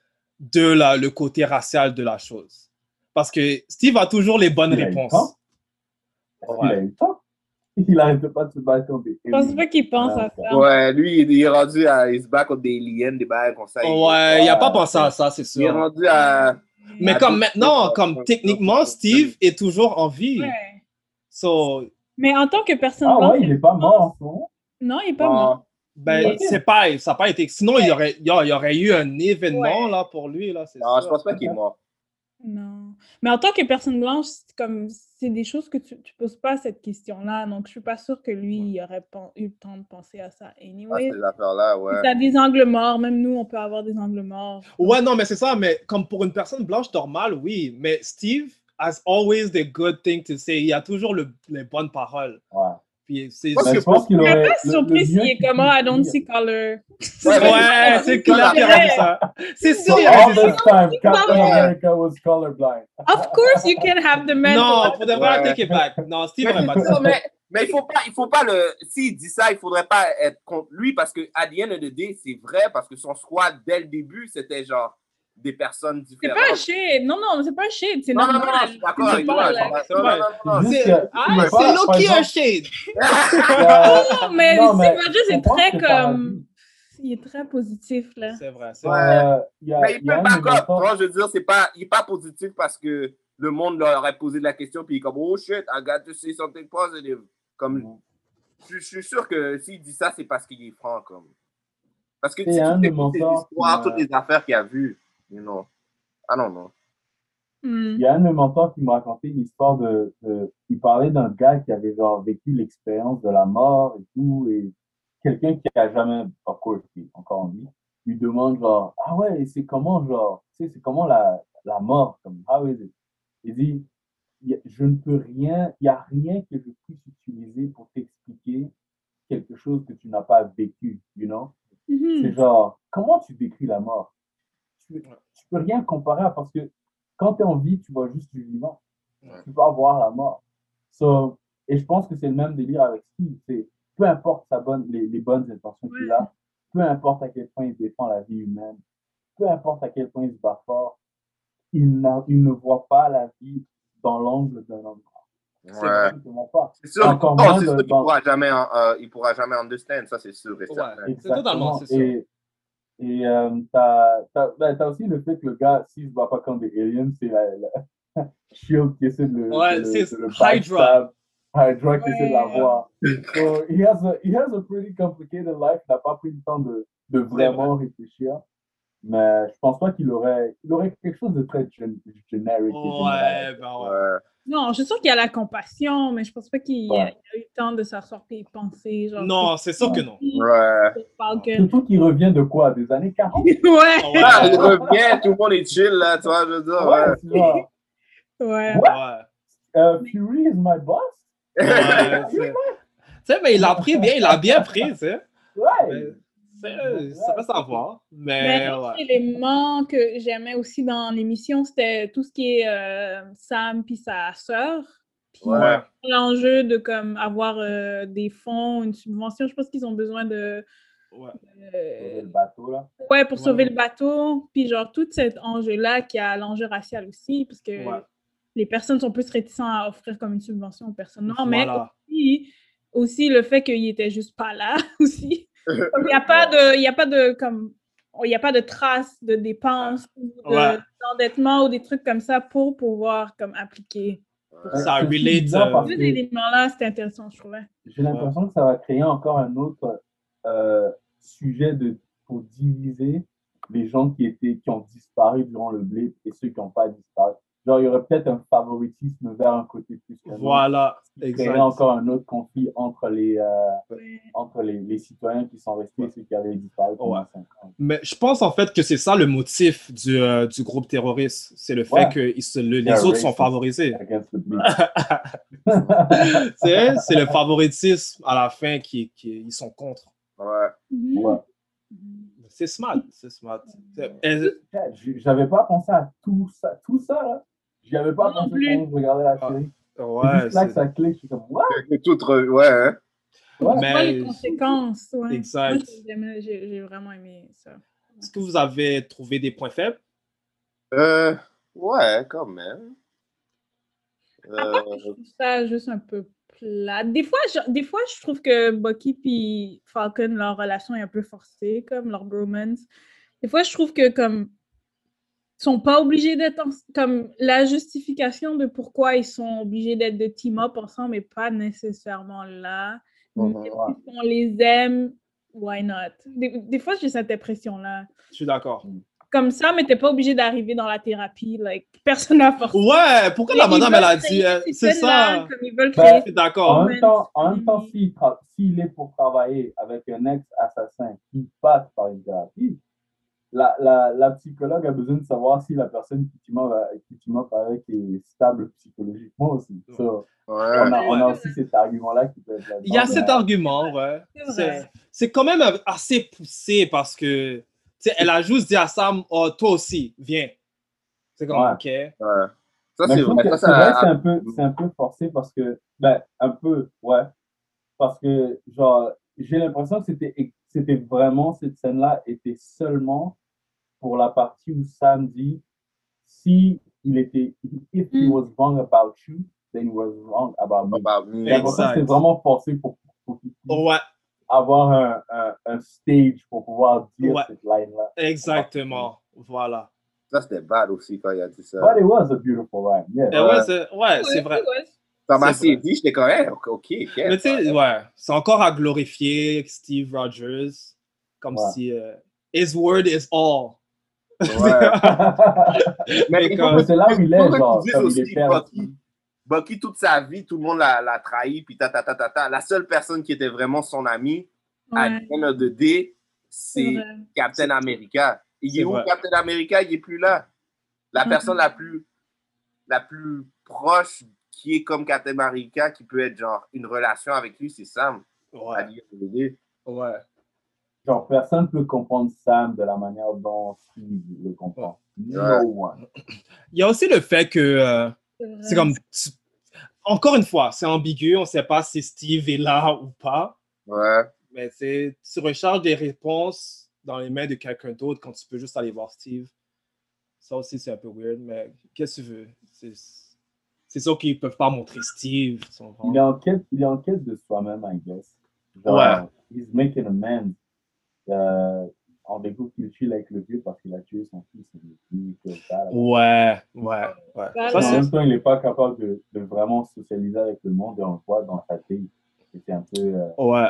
S10: de la, le côté racial de la chose. Parce que Steve a toujours les bonnes
S8: Il a eu le
S10: réponses.
S8: temps. Il a eu le temps. Il n'arrête pas de se battre contre des.
S9: Je pense pas qu'il pense à ça.
S7: bon. Ouais, lui, il est rendu à. Il se bat contre des liens, des bails comme ça.
S10: Ouais, il a pas pensé à ça, c'est
S7: Ah, Il est
S10: sûr.
S7: rendu à.
S10: Mais
S7: à
S10: comme
S7: deux-
S10: maintenant, comme techniquement, Steve est toujours en vie.
S9: Ouais.
S10: So,
S9: Mais en tant que personne
S8: Ah
S9: blanche,
S8: ouais, il n'est pas mort en ce moment.
S9: non, il est
S10: Ah.
S9: pas mort.
S10: ben,
S9: Ouais.
S10: c'est pas, ça n'a pas été. Sinon, il y aurait, il y aurait eu un événement là pour lui là. c'est
S7: Non,
S10: sûr.
S7: je pense pas qu'il est mort.
S9: Non. Mais en tant que personne blanche, c'est comme c'est des choses que tu ne poses pas cette question-là. Donc, je suis pas sûre que lui, il aurait pen- eu le temps de penser à ça.
S7: Ah,
S9: Anyway,
S7: ces affaires-là, ouais.
S9: tu as des angles morts. Même nous, on peut avoir des angles morts.
S10: Ouais, non, mais c'est ça, mais comme pour une personne blanche normale, oui, mais Steve has always the good thing to say. Il a toujours le- les bonnes paroles.
S8: Ouais.
S10: Puis c'est
S8: Parce que je
S10: c'est-
S8: pense qu'il
S9: Je
S8: aurait.
S9: serais pas
S8: le- le
S9: surpris
S8: mieux
S9: s'il est
S8: qu'il
S9: comme Ah, I
S8: puisse
S9: don't
S8: dire,
S9: see color.
S10: Ouais, c'est clair qu'il a dit ça. C'est
S8: So
S10: sûr, il a
S8: all
S10: dit ça.
S8: this time, Captain
S9: color.
S8: America was colorblind.
S9: Of course, you can have the man.
S10: Non, pour de vrai,
S7: Ouais.
S10: take it back. Non, Steve n'aurait pas dit
S7: Non,
S10: ça.
S7: mais, mais il faut pas, il faut pas le. S'il dit ça, il faudrait pas être contre lui parce que à the end of the day, c'est vrai parce que son squad dès le début, c'était genre des personnes
S9: C'est
S7: différentes.
S9: pas un shade. Non, non, c'est pas un shade. C'est
S7: Non, non,
S9: normal.
S7: non, non, je suis d'accord
S9: C'est
S7: avec toi.
S9: normal.
S7: je suis d'accord.
S10: C'est
S7: Non,
S10: vrai.
S7: non, non, non,
S8: Juste
S10: C'est
S8: que-
S10: ah,
S8: Ouais,
S10: c'est
S8: par- par
S10: Loki un
S8: exemple-
S10: shade.
S8: Euh,
S9: Oh, Non, mais,
S8: Non,
S9: Steve
S8: mais
S9: Rogers
S8: je
S9: est
S8: comprends
S9: très
S8: ce que t'as
S9: comme.
S8: dit.
S9: Il est très positif, là.
S10: C'est vrai, c'est vrai.
S8: Euh, il y a-
S7: Mais il
S8: il y a
S7: peut
S8: un
S7: pas
S8: des
S7: comme.
S8: mentors-
S7: Moi, je veux dire, c'est pas, il est pas positif parce que le monde leur aurait posé de la question puis il est comme oh shit, I got to say something positive. Comme je, je suis sûr que s'il dit ça, c'est parce qu'il est franc comme. Parce que
S8: Et un
S7: toutes
S8: des
S7: les
S8: mentors qui
S7: histoires,
S8: m'a-
S7: toutes les affaires qu'il a vues, you know. I don't know.
S9: Hmm.
S8: Il y a un de mes mentors qui m'a raconté une histoire de, de- Il parlait d'un gars qui avait genre vécu l'expérience de la mort et tout, et quelqu'un qui a jamais, of course, qui est encore en vie, lui demande genre, ah ouais, et c'est comment genre, tu sais, c'est comment la, la mort, comme, how is it? Il dit, Y a- je ne peux rien, il n'y a rien que je puisse utiliser pour t'expliquer quelque chose que tu n'as pas vécu, you know?
S9: Mhm.
S8: C'est genre, comment tu décris la mort? Tu, tu peux rien comparer à- parce que quand tu es en vie, tu vois juste du vivant.
S10: Ouais.
S8: Tu vas voir la mort. So, et je pense que c'est le même délire avec Steve. C'est peu importe sa bonne, les, les bonnes intentions qu'il a, peu importe à quel point il défend la vie humaine, peu importe à quel point il se bat fort, il, n'a- il ne voit pas la vie dans l'angle d'un homme.
S7: Ouais.
S8: Simplement pas.
S7: C'est sûr,
S8: Encore
S7: non,
S8: moins
S7: c'est
S8: de-
S7: sûr qu'il
S8: dans-
S7: pourra jamais, en- euh, il pourra jamais understand, ça c'est sûr
S10: Ouais.
S7: et certain.
S10: C'est totalement, c'est
S8: Exactement. Et, et euh, t'as, t'as- ben, t'as aussi le fait que le gars, si je ne vois pas comme des aliens, c'est la, la- Shield qui essaie de le.
S10: Ouais,
S8: de le-
S10: c'est
S8: de le
S10: Hydra.
S8: backstab. Hydra qui essaie
S10: Ouais.
S8: de l'avoir. So, he has a, he has a pretty complicated life. Il n'a pas pris le temps de, de vraiment réfléchir. Mais je pense pas qu'il aurait, il aurait quelque chose de très gen- generic. et général.
S10: ben
S7: ouais.
S9: Non, je suis sûre qu'il y a la compassion, mais je pense pas qu'il y a,
S8: Ouais.
S9: il y a eu le temps de s'asseoir et y penser. Genre,
S10: Non, c'est sûr que non.
S9: Ouais. Parle que...
S8: Surtout qu'il revient de quoi Des années 40
S9: Ouais.
S10: Ouais,
S7: Ah, il revient, tout le monde est chill, là, tu vois, je veux dire.
S8: Ouais,
S7: ouais.
S8: tu vois.
S9: Ouais.
S10: Ouais.
S8: Euh, Fury is my boss
S10: Ouais, c'est- tu sais, mais il a pris bien, il a bien pris, tu sais.
S8: Ouais
S10: Mais, Ben, c'est- euh, Ça reste à voir. Mais
S9: Mais l'autre
S10: ouais.
S9: élément que j'aimais aussi dans l'émission, c'était tout ce qui est euh, Sam puis sa sœur. Puis
S10: Ouais.
S9: l'enjeu de comme avoir euh, des fonds, une subvention. Je pense qu'ils ont besoin de.
S10: Ouais.
S9: euh,
S8: Le bateau, là.
S9: ouais, pour
S10: Ouais.
S9: sauver le bateau. Puis genre tout cet enjeu-là qui a l'enjeu racial aussi, parce que
S10: Ouais.
S9: les personnes sont plus réticentes à offrir comme une subvention aux personnes noires. Mais
S10: Voilà.
S9: aussi, aussi le fait qu'il était juste pas là aussi. Comme Il n'y a pas de, il y a pas de comme, il y a pas de traces de dépenses ou de-
S10: Ouais.
S9: d'endettement ou des trucs comme ça pour pouvoir comme appliquer.
S10: Ça
S8: C'est
S10: relate.
S8: bizarre
S10: euh,
S8: parce
S9: Tous
S8: que-
S9: ces éléments-là, c'était intéressant, je trouvais.
S8: J'ai l'impression que ça va créer encore un autre euh, sujet de, pour diviser les gens qui, étaient, qui ont disparu durant le blip et ceux qui n'ont pas disparu. Genre, il y aurait peut-être un favoritisme vers un côté plus qu'un autre.
S10: Voilà,
S8: Il
S10: exact.
S8: créerait encore un autre conflit entre les, euh,
S9: Ouais.
S8: entre les, les citoyens qui sont restés et ceux qui avaient disparu pendant
S10: Ouais.
S8: cinq ans.
S10: Mais je pense en fait que c'est ça le motif du, euh, du groupe terroriste. C'est le fait
S8: Ouais.
S10: que ils se- le- les
S8: Yeah,
S10: autres sont
S8: racist.
S10: favorisés.
S8: Against the blip.
S10: Tu sais, c'est le favoritisme à la fin qui, qui- ils sont contre.
S7: Ouais.
S9: Mhm.
S8: Ouais.
S10: C'est smart, c'est smart. C'est- et-
S8: Putain, j- J'avais pas pensé à tout ça. Tout ça, là. J'y avais pas
S9: Non
S8: pensé
S9: plus.
S8: quand je regardais la
S10: Ah,
S8: série. C'est
S10: Ouais,
S8: juste là que
S10: c'est-
S8: ça clique. Je suis comme, what?
S7: Que Tout re... Ouais, hein.
S8: Ouais.
S9: Tu vois les
S10: mais
S9: conséquences. ouais.
S10: Exact.
S9: Moi, j'ai aimé- J'ai j'ai vraiment aimé ça.
S10: est-ce que vous avez trouvé des points faibles?
S7: Euh, ouais, quand même.
S9: À part que je
S7: Euh,
S9: trouve ça juste un peu plat. Des fois, je, des fois, je trouve que Bucky puis Falcon, leur relation est un peu forcée, comme leur bromance. Des fois, je trouve que comme ils sont pas obligés d'être en- comme la justification de pourquoi ils sont obligés d'être de team up ensemble et pas nécessairement là.
S8: Ouais,
S9: Mais
S8: ouais, ouais.
S9: si on les aime, why not? Des, des fois, j'ai cette impression-là.
S10: Je suis d'accord.
S9: Comme ça, mais t'es pas obligé d'arriver dans la thérapie. Like, personne n'a forcé.
S10: Ouais, pourquoi la
S9: Mais ils
S10: madame elle a
S9: veulent créer
S10: dit euh,
S9: cette
S10: c'est
S9: scène-là,
S10: ça? Bah,
S9: Comme ils veulent
S8: Ben,
S9: créer
S10: Je suis
S8: En
S10: d'accord.
S9: Ouais.
S8: même temps, en même
S9: Friends,
S8: temps, s'il tra- s'il est pour travailler avec un ex-assassin qui passe par une thérapie, la, la, la psychologue a besoin de savoir si la personne qui team up a- qui team up avec est stable psychologiquement aussi. So,
S7: ouais.
S8: on, a, on a
S10: Ouais.
S8: aussi cet argument-là qui peut être là
S10: Il y a cet argument, ouais.
S9: C'est
S10: C'est-
S9: vrai.
S10: C'est quand même assez poussé parce que, tu sais, elle a juste dit à Sam, oh, toi aussi, viens. C'est comme,
S8: Ouais.
S10: ok.
S7: Ouais. Ça,
S8: Mais
S7: c'est
S8: je trouve
S7: vrai.
S8: que
S7: Ça,
S8: c'est vrai
S7: ça-
S8: que c'est un peu, c'est un peu forcé parce que, ben, un peu, ouais. Parce que, genre, j'ai l'impression que c'était, c'était vraiment, cette scène-là était seulement pour la partie où Sam dit, si il était, if he
S9: Mm.
S8: was wrong about you, then he was wrong about me.
S7: Bah,
S8: J'ai l'impression que
S10: Exact.
S8: c'est vraiment forcé pour, pour qu'il puisse
S10: Ouais,
S8: avoir un, un, un stage pour pouvoir dire
S10: Ouais.
S8: cette line-là.
S10: exactement. Voilà.
S7: ça, c'était bad aussi quand il a dit ça.
S8: But it was a beautiful line, yeah.
S10: Et ouais, c'est ouais, c'est vrai.
S9: Ouais,
S7: Ça m'a
S10: c'est
S7: assez
S10: vrai.
S7: dit, j'étais quand même, ok, ok.
S10: Mais tu sais,
S7: ouais.
S10: ouais, c'est encore à glorifier Steve Rogers comme
S8: Ouais.
S10: si euh, his word is all.
S7: Mais il faut
S10: Comme-
S8: Mais c'est là où il est,
S7: que
S8: genre,
S7: tu dises
S8: comme il
S7: aussi,
S8: est perdu.
S7: Bucky, Bucky, toute sa vie, tout le monde l'a l'a trahi, puis ta, ta, ta, ta, ta. La seule personne qui était vraiment son ami à
S9: ouais,
S7: the end of the day,
S9: c'est
S7: Ah, c'est
S9: vrai.
S7: Captain America. Il
S10: C'est
S7: est où,
S10: vrai.
S7: Captain America? Il est plus là. La
S9: Mhm.
S7: personne la plus, la plus proche qui est comme Captain America, qui peut être genre une relation avec lui, c'est Sam.
S10: Ouais,
S7: À E the end of the day.
S10: ouais.
S8: Genre, personne ne peut comprendre Sam de la manière dont Steve le comprend. No one.
S10: Il y a aussi le fait que euh, c'est comme tu- encore une fois, c'est ambigu, on sait pas si Steve est là ou pas,
S7: Ouais.
S10: mais c'est tu recharges des réponses dans les mains de quelqu'un d'autre quand tu peux juste aller voir Steve. Ça aussi c'est un peu weird, mais qu'est-ce que tu veux C'est c'est sûr qu'ils peuvent pas montrer Steve. tu comprends?
S8: Il est en quête, il est en quête de soi-même, I guess. Genre,
S10: Ouais.
S8: He's making amends. Euh, on découvre qu'il chille avec le vieux parce qu'il a tué son fils. et puis, que ça-
S10: Ouais, ouais, ouais.
S8: Mais
S10: Ça,
S8: en
S10: c'est-
S8: même temps, il n'est pas capable de, de vraiment socialiser avec le monde et on le voit dans sa télé. C'est un peu. euh,
S10: Ouais.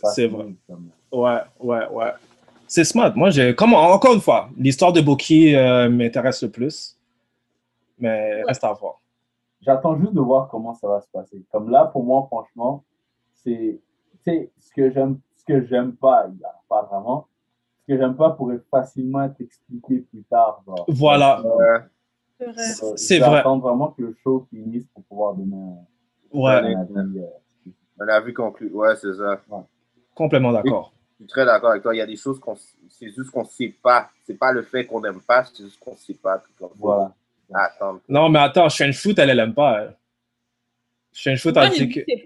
S8: pas
S10: C'est
S8: smooth
S10: vrai.
S8: comme- euh,
S10: Ouais, ouais, ouais. C'est smart. Moi, j'ai. Comme, encore une fois, l'histoire de Boki euh, m'intéresse le plus. Mais reste à voir.
S8: J'attends juste de voir comment ça va se passer. Comme là, pour moi, franchement, c'est tu sais, ce que j'aime, ce que j'aime pas, il y a pas vraiment. Ce que j'aime pas pourrait facilement t'expliquer plus tard. genre.
S10: Voilà.
S8: Euh,
S10: C'est
S8: euh,
S10: c'est
S8: je vais
S10: vrai.
S8: attendre vraiment que le show finisse pour pouvoir donner un-
S10: Ouais,
S8: un avis, euh,
S7: On a vu conclu. Ouais, c'est ça.
S10: complètement d'accord.
S7: Je suis très d'accord avec toi. Il y a des choses qu'on. C'est juste qu'on ne sait pas. C'est pas le fait qu'on n'aime pas, c'est juste qu'on ne sait pas. Puis comme-
S8: Voilà.
S7: Attendre.
S10: Non, mais attends, Shane Foot, elle, elle aime pas. Elle. Shane Foot,
S9: Moi,
S10: elle
S9: j'ai
S10: dit
S9: dit
S10: que.
S9: que c'est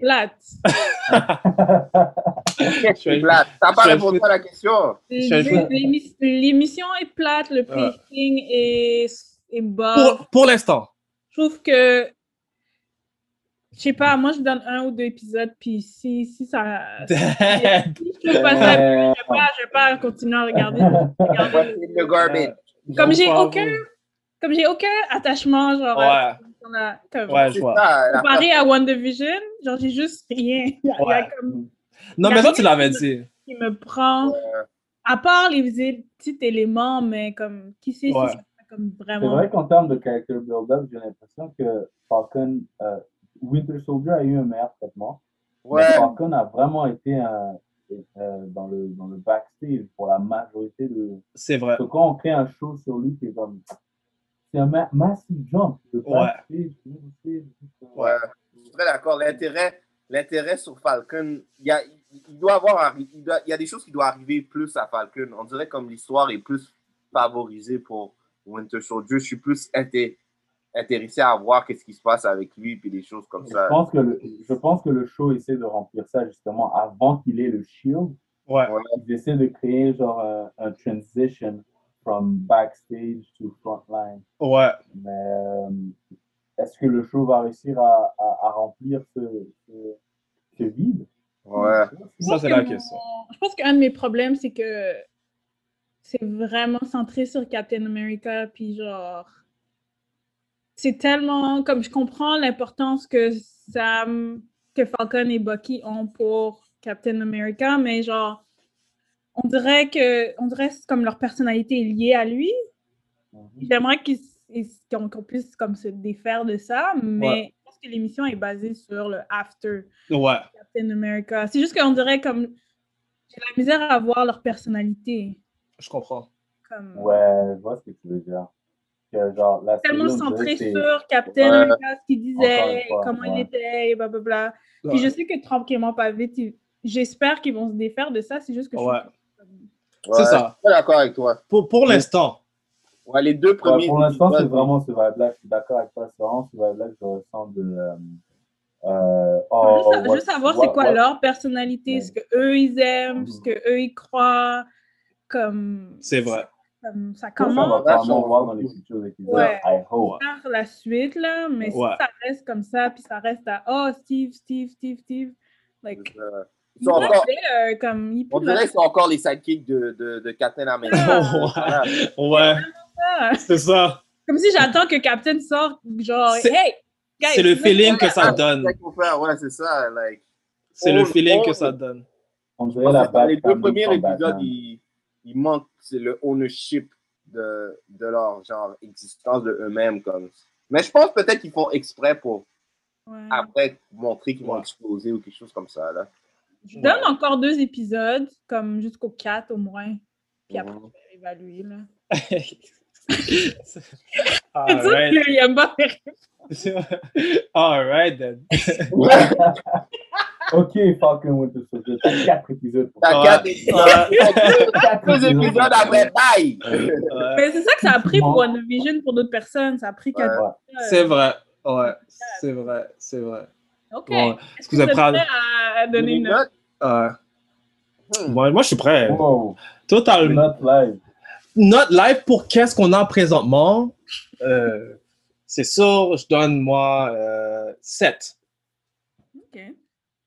S9: plate.
S7: C'est plate. T'as pas
S10: je-
S7: répondu à la question.
S10: Je- je-
S9: L'émi- L'émission est plate, le
S10: Ouais.
S9: pacing est, est bas.
S10: Pour, pour l'instant.
S9: Je trouve que. Je sais pas, moi je donne un ou deux épisodes, puis si, si ça. si je trouve pas ça,
S8: Euh,
S9: je vais pas, je vais pas continuer à regarder. regarder le-
S7: Le garbage.
S9: Comme j'ai
S10: J'avoue
S9: aucun-
S10: pas, oui.
S9: Comme j'ai aucun attachement, genre. à- dans la- comme-
S10: Ouais, je
S7: C'est
S10: vois.
S7: ça. la
S9: Comparé à WandaVision, genre j'ai juste rien. Il y a- il y a
S10: Ouais.
S9: comme
S10: Non,
S9: la
S10: mais ça, tu
S9: rien-
S10: l'avais dit.
S9: qui me prend.
S7: Euh,
S9: À part les petits éléments, mais comme qui sait
S10: Ouais.
S9: si ça fait comme
S8: C'est
S9: vraiment.
S8: vrai qu'en termes de character build-up, j'ai l'impression que Falcon, euh, Winter Soldier a eu un meilleur traitement. Mais
S7: Ouais.
S8: Falcon a vraiment été euh, euh, dans, le, dans le backstage pour la majorité de.
S10: C'est vrai.
S8: Donc, quand on crée un show sur lui, c'est comme. C'est un ma- massive jump. de
S10: Ouais.
S8: backstage, backstage, backstage.
S7: Ouais. Je suis très d'accord. L'intérêt, l'intérêt sur Falcon, il y a, il doit avoir, arri- il, doit- il y a des choses qui doivent arriver plus à Falcon. On dirait comme l'histoire est plus favorisée pour Winter Soldier. Je suis plus inté- intéressé à voir qu'est-ce qui se passe avec lui puis des choses comme ça.
S8: Je pense, que le, je pense que le show essaie de remplir ça justement avant qu'il ait le shield.
S10: Ouais.
S8: Ils essaient de créer genre un, un transition from backstage to frontline.
S10: Ouais.
S8: Mais euh, est-ce que le show va réussir à, à- à remplir ce, ce- ce vide
S7: Ouais.
S9: Je
S10: Ça,
S9: pense
S10: c'est
S9: que
S10: la
S9: mon-
S10: question.
S9: Je pense qu'un de mes problèmes, c'est que c'est vraiment centré sur Captain America, puis genre. C'est tellement. Comme je comprends l'importance que Sam, que Falcon et Bucky ont pour Captain America, mais genre. On dirait que. On dirait que comme leur personnalité est liée à lui. J'aimerais qu'ils- ils- qu'on qu'on puisse comme se défaire de ça, mais
S10: Ouais.
S9: je pense que l'émission est basée sur le after.
S10: Ouais.
S9: Captain America. C'est juste qu'on dirait comme j'ai la misère à voir leur personnalité.
S10: Je comprends.
S9: Comme
S8: Ouais, je vois ce que tu veux dire. Que, genre, la
S9: tellement
S8: série, on dirait
S9: centré
S8: que c'est-
S9: sur Captain
S8: Ouais.
S9: America, ce qu'il
S8: Encore
S9: disait,
S8: une fois,
S9: comment il
S8: ouais.
S9: était, et blablabla. Puis je sais que tranquillement, pas vite, ils- j'espère qu'ils vont se défaire de ça. C'est juste que je
S10: Ouais.
S9: trouve que-
S7: Ouais,
S10: ça.
S7: Je suis très d'accord avec toi.
S10: Pour, pour l'instant.
S7: Ouais, les deux
S8: Ouais,
S7: premiers.
S8: Bah, pour l'instant, c'est
S7: épisodes,
S8: vraiment ce vibe-là. Je suis d'accord avec toi. C'est vraiment ce vibe-là que je ressens de. euh, euh,
S9: Juste
S8: oh,
S9: sa- juste,
S8: what-
S9: savoir
S8: what-
S9: c'est quoi
S8: what-
S9: leur personnalité,
S8: Ouais. Mm.
S9: ce que eux ils aiment, ce que eux ils croient, comme
S10: C'est vrai.
S9: comme ça
S8: Ça,
S9: commence.
S8: On va vraiment voir dans les futurs épisodes.
S9: Ouais.
S8: I hope.
S9: par la suite, là, mais
S10: Ouais.
S9: si ça reste comme ça, puis ça reste à Oh, Steve, Steve, Steve, Steve, like,
S7: c'est ça. Ils
S9: il
S7: sont
S9: peut
S7: encore-
S9: aller, euh, comme il
S7: on
S9: peut
S7: dirait
S9: aller
S7: qu'ils sont encore les sidekicks de, de, de Captain
S9: Ah.
S7: America.
S10: Ouais. Ouais.
S9: faire.
S10: C'est ça.
S9: Comme si j'attends que Captain sorte, genre,
S10: C'est-
S9: hey, guys,
S10: C'est le
S9: let's
S10: feeling que ça
S7: Ah,
S10: donne.
S7: c'est ça qu'il faut faire, Ouais, c'est ça. like.
S10: C'est le
S7: Oh,
S10: feeling que
S7: oh,
S10: ça donne.
S8: On
S7: Je
S8: dirait
S7: pense
S8: la
S7: que dans Oh, les
S8: Bat
S7: deux
S8: Family
S7: premiers
S8: from
S7: épisodes,
S8: Batman.
S7: il, il manque c'est le ownership de, de leur genre existence de eux-mêmes comme. Mais je pense peut-être qu'ils font exprès pour
S9: go. Ouais.
S7: après montrer qu'ils vont
S10: Ouais.
S7: exploser ou quelque chose comme ça là.
S9: Je donne encore deux épisodes, comme jusqu'au 4 au moins, puis après,
S7: Mhm.
S9: je vais évaluer, là. C'est sûr
S10: All right.
S9: qu'il aime pas faire-
S10: All right, then.
S8: Ok, Falcon Winter Soldier. T'as quatre épisodes. pour
S7: T'as
S10: Ouais.
S7: quatre épisodes,
S8: Quatre
S7: deux épisodes après bye.
S10: Ouais.
S9: Mais c'est ça que ça a pris pour
S8: Bon.
S9: WandaVision pour d'autres personnes, ça a pris quatre
S8: Ouais.
S9: épisodes.
S10: C'est vrai. Ouais. C'est vrai. C'est vrai.
S9: euh, Ok.
S10: Bon,
S9: Est-ce
S10: est-ce
S9: que vous
S10: que vous
S9: êtes
S10: êtes prêts à-
S9: prêt à à donner une note?
S10: Ouais.
S7: Hmm.
S10: Moi, moi, je suis prêt.
S8: Wow.
S10: Totalement.
S8: Not live.
S10: notre live pour qu'est-ce qu'on a présentement, euh, c'est sûr, je donne moi euh, 7.
S9: Ok.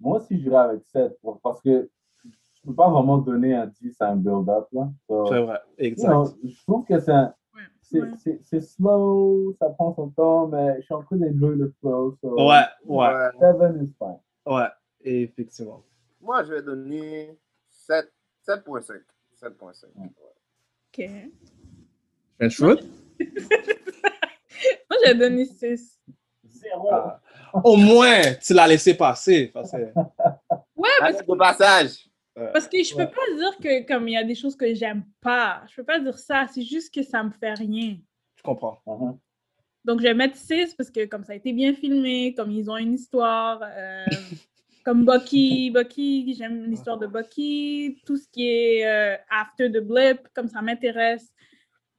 S8: Moi aussi, j'irai avec 7 parce que je peux pas vraiment donner un 10 à un build-up. là. So,
S10: C'est vrai, exact.
S8: you know, je trouve que c'est un- c'est- c'est c'est slow, ça prend son temps, mais je suis en train d'enjoy le flow. so,
S10: Ouais, ouais.
S8: Seven is fine.
S10: Ouais, effectivement.
S7: Moi, je vais donner 7, 7.5. 7.5.
S9: Ok.
S10: Frenchwood?
S9: Moi, j'ai donné 6. Zéro.
S10: Ah. Au moins, tu l'as laissé passer. parce que-
S9: Ouais, parce,
S7: Arrête de passage.
S9: parce que je peux pas dire que comme il y a des choses que j'aime pas, je peux pas dire ça. C'est juste que ça me fait rien.
S10: Je comprends.
S8: uh-huh.
S9: Donc, je vais mettre 6 parce que comme ça a été bien filmé, comme ils ont une histoire, euh, comme Bucky, Bucky, j'aime l'histoire de Bucky, tout ce qui est euh, After the Blip, comme ça m'intéresse.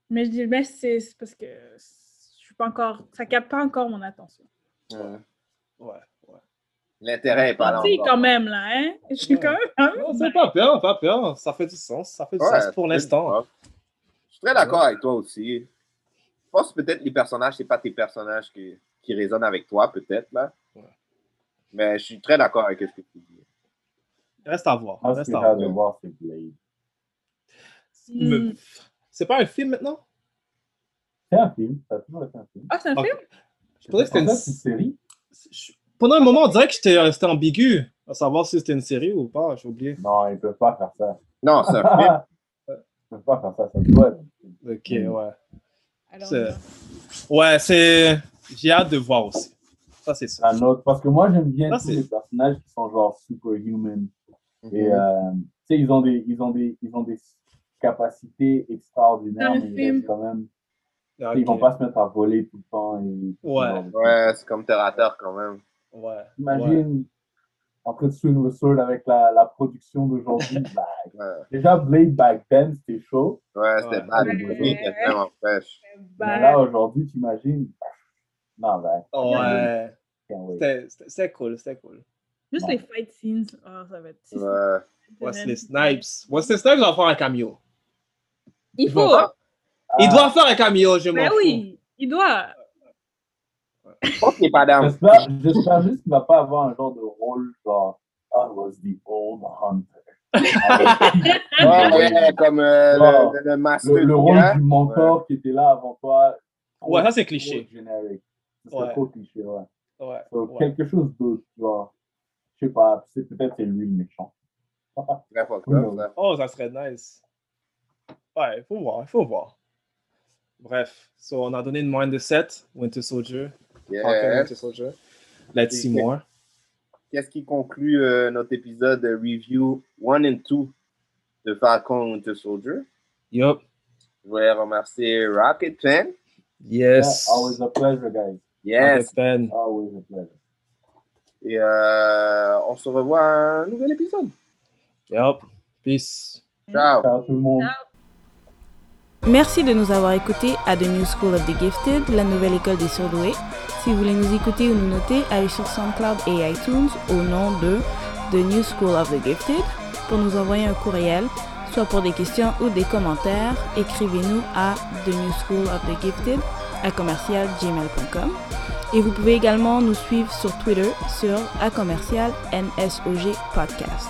S9: Mais je dis, mais 6 parce que je suis pas encore, ça capte pas encore mon attention.
S7: Ouais.
S10: Ouais.
S7: L'intérêt est pas là.
S9: Si,
S7: encore.
S9: quand même, là, hein? Je suis quand même...
S10: Non, c'est pas peur, pas peur. Ça fait du sens. Ça fait du
S7: Ouais,
S10: sens pour
S7: c'est
S10: l'instant.
S7: Je suis très d'accord avec toi aussi. Je pense que peut-être les personnages, c'est pas tes personnages qui, qui résonnent avec toi, peut-être. là. Mais je suis très d'accord avec ce que tu dis.
S10: Reste à voir.
S8: Moi, Ah, ce
S10: Reste
S8: que j'ai
S10: à
S8: hâte de
S10: voir.
S8: voir, c'est Blade.
S9: hmm.
S10: Me- C'est pas un film maintenant?
S8: C'est un film, ça a toujours été un film.
S9: Ah, c'est un
S10: Ok.
S9: film?
S10: Je pensais que c'était
S8: En
S10: une...
S8: fait, c'est une série.
S10: je- Pendant un moment, on dirait que j'étais- euh, c'était ambigu à savoir si c'était une série ou pas. J'ai oublié.
S8: Non, ils ne peuvent pas faire ça.
S7: Non, c'est un film.
S8: Ils ne peuvent pas faire ça, ça doit être.
S10: Ok,
S8: Mm.
S10: ouais.
S9: Alors,
S10: C'est- Ouais, c'est. J'ai hâte de voir aussi. Ça, c'est ça.
S8: un autre. Parce que moi, j'aime bien
S10: Ah,
S8: tous
S10: c'est-
S8: les personnages qui sont genre superhuman.
S7: Mhm.
S8: Et euh, tu sais, ils ont des, ils ont des, ils ont des capacités extraordinaires,
S9: Dans le
S8: mais ils
S9: film.
S8: restent quand même.
S10: Ah,
S8: Ils vont
S10: ok.
S8: pas se mettre à voler tout le temps. Et,
S10: Ouais.
S7: Ouais, c'est comme Terrateur quand même.
S10: Ouais. ouais.
S8: Imagine en train de swing le sol avec la, la production d'aujourd'hui. Bah,
S7: Ouais, Ah,
S8: déjà Blade back then c'était chaud.
S7: ouais c'était
S10: Ouais.
S7: bad.
S9: Ouais.
S7: Le film était vraiment fraîche.
S9: bah,
S8: Mais là aujourd'hui, t'imagines Non, bah,
S10: Ouais.
S8: can't wait.
S10: C'était- C'était c'était cool, c'était cool.
S9: juste les fight scenes, oh, ça va être... c'est-
S7: Ouais.
S10: Wesley Snipes. Wesley Snipes doit faire un cameo.
S9: Il
S10: Je vois
S9: faut!
S10: pas. Il
S8: Ah.
S10: doit faire un cameo, je m'en
S9: Ben
S10: fous.
S9: oui, il doit!
S7: Je pense qu'il est pas down.
S8: J'espère j'espère juste qu'il va pas avoir un genre de rôle genre I was the old hunter.
S7: Ouais, ouais, comme euh,
S8: Non.
S7: le, le, le master.
S8: Le, le rôle
S7: gars.
S8: du mentor qui était là avant toi. trop-
S10: Ouais, ça, c'est
S8: trop
S10: cliché.
S8: Générique. C'est
S10: Ouais.
S8: trop cliché, ouais.
S10: Ouais,
S8: Donc,
S10: ouais.
S8: Euh, Quelque chose d'autre, genre, je sais pas, c'est peut-être c'est lui le méchant.
S7: Très fucked up, ça.
S10: Oh, ça serait nice. Ouais, il faut voir, il faut voir. Bref, so on a donné une moyenne de 7, Winter Soldier. Falcon,
S7: Yeah.
S10: Winter Soldier. Let's see more.
S7: Qu'est-ce qui conclut euh, notre épisode de review 1 and 2 de Falcon Winter Soldier?
S10: Yup.
S7: Je voulais remercier Rocket Fan.
S10: Yes.
S8: Yeah, always a ah pleasure, guys.
S7: Yes.
S10: Ben.
S8: Always a pleasure.
S7: Et euh, on se revoit à un nouvel épisode.
S10: Yup. Peace.
S7: Ciao.
S8: Ciao tout le monde.
S11: Merci de nous avoir écoutés à The New School of the Gifted, la nouvelle école des surdoués. Si vous voulez nous écouter ou nous noter, allez sur SoundCloud et iTunes au nom de The New School of the Gifted pour nous envoyer un courriel, soit pour des questions ou des commentaires, écrivez-nous à The New School of the Gifted à commercialgmail.com. Et vous pouvez également nous suivre sur Twitter sur à commercial NSOG podcast.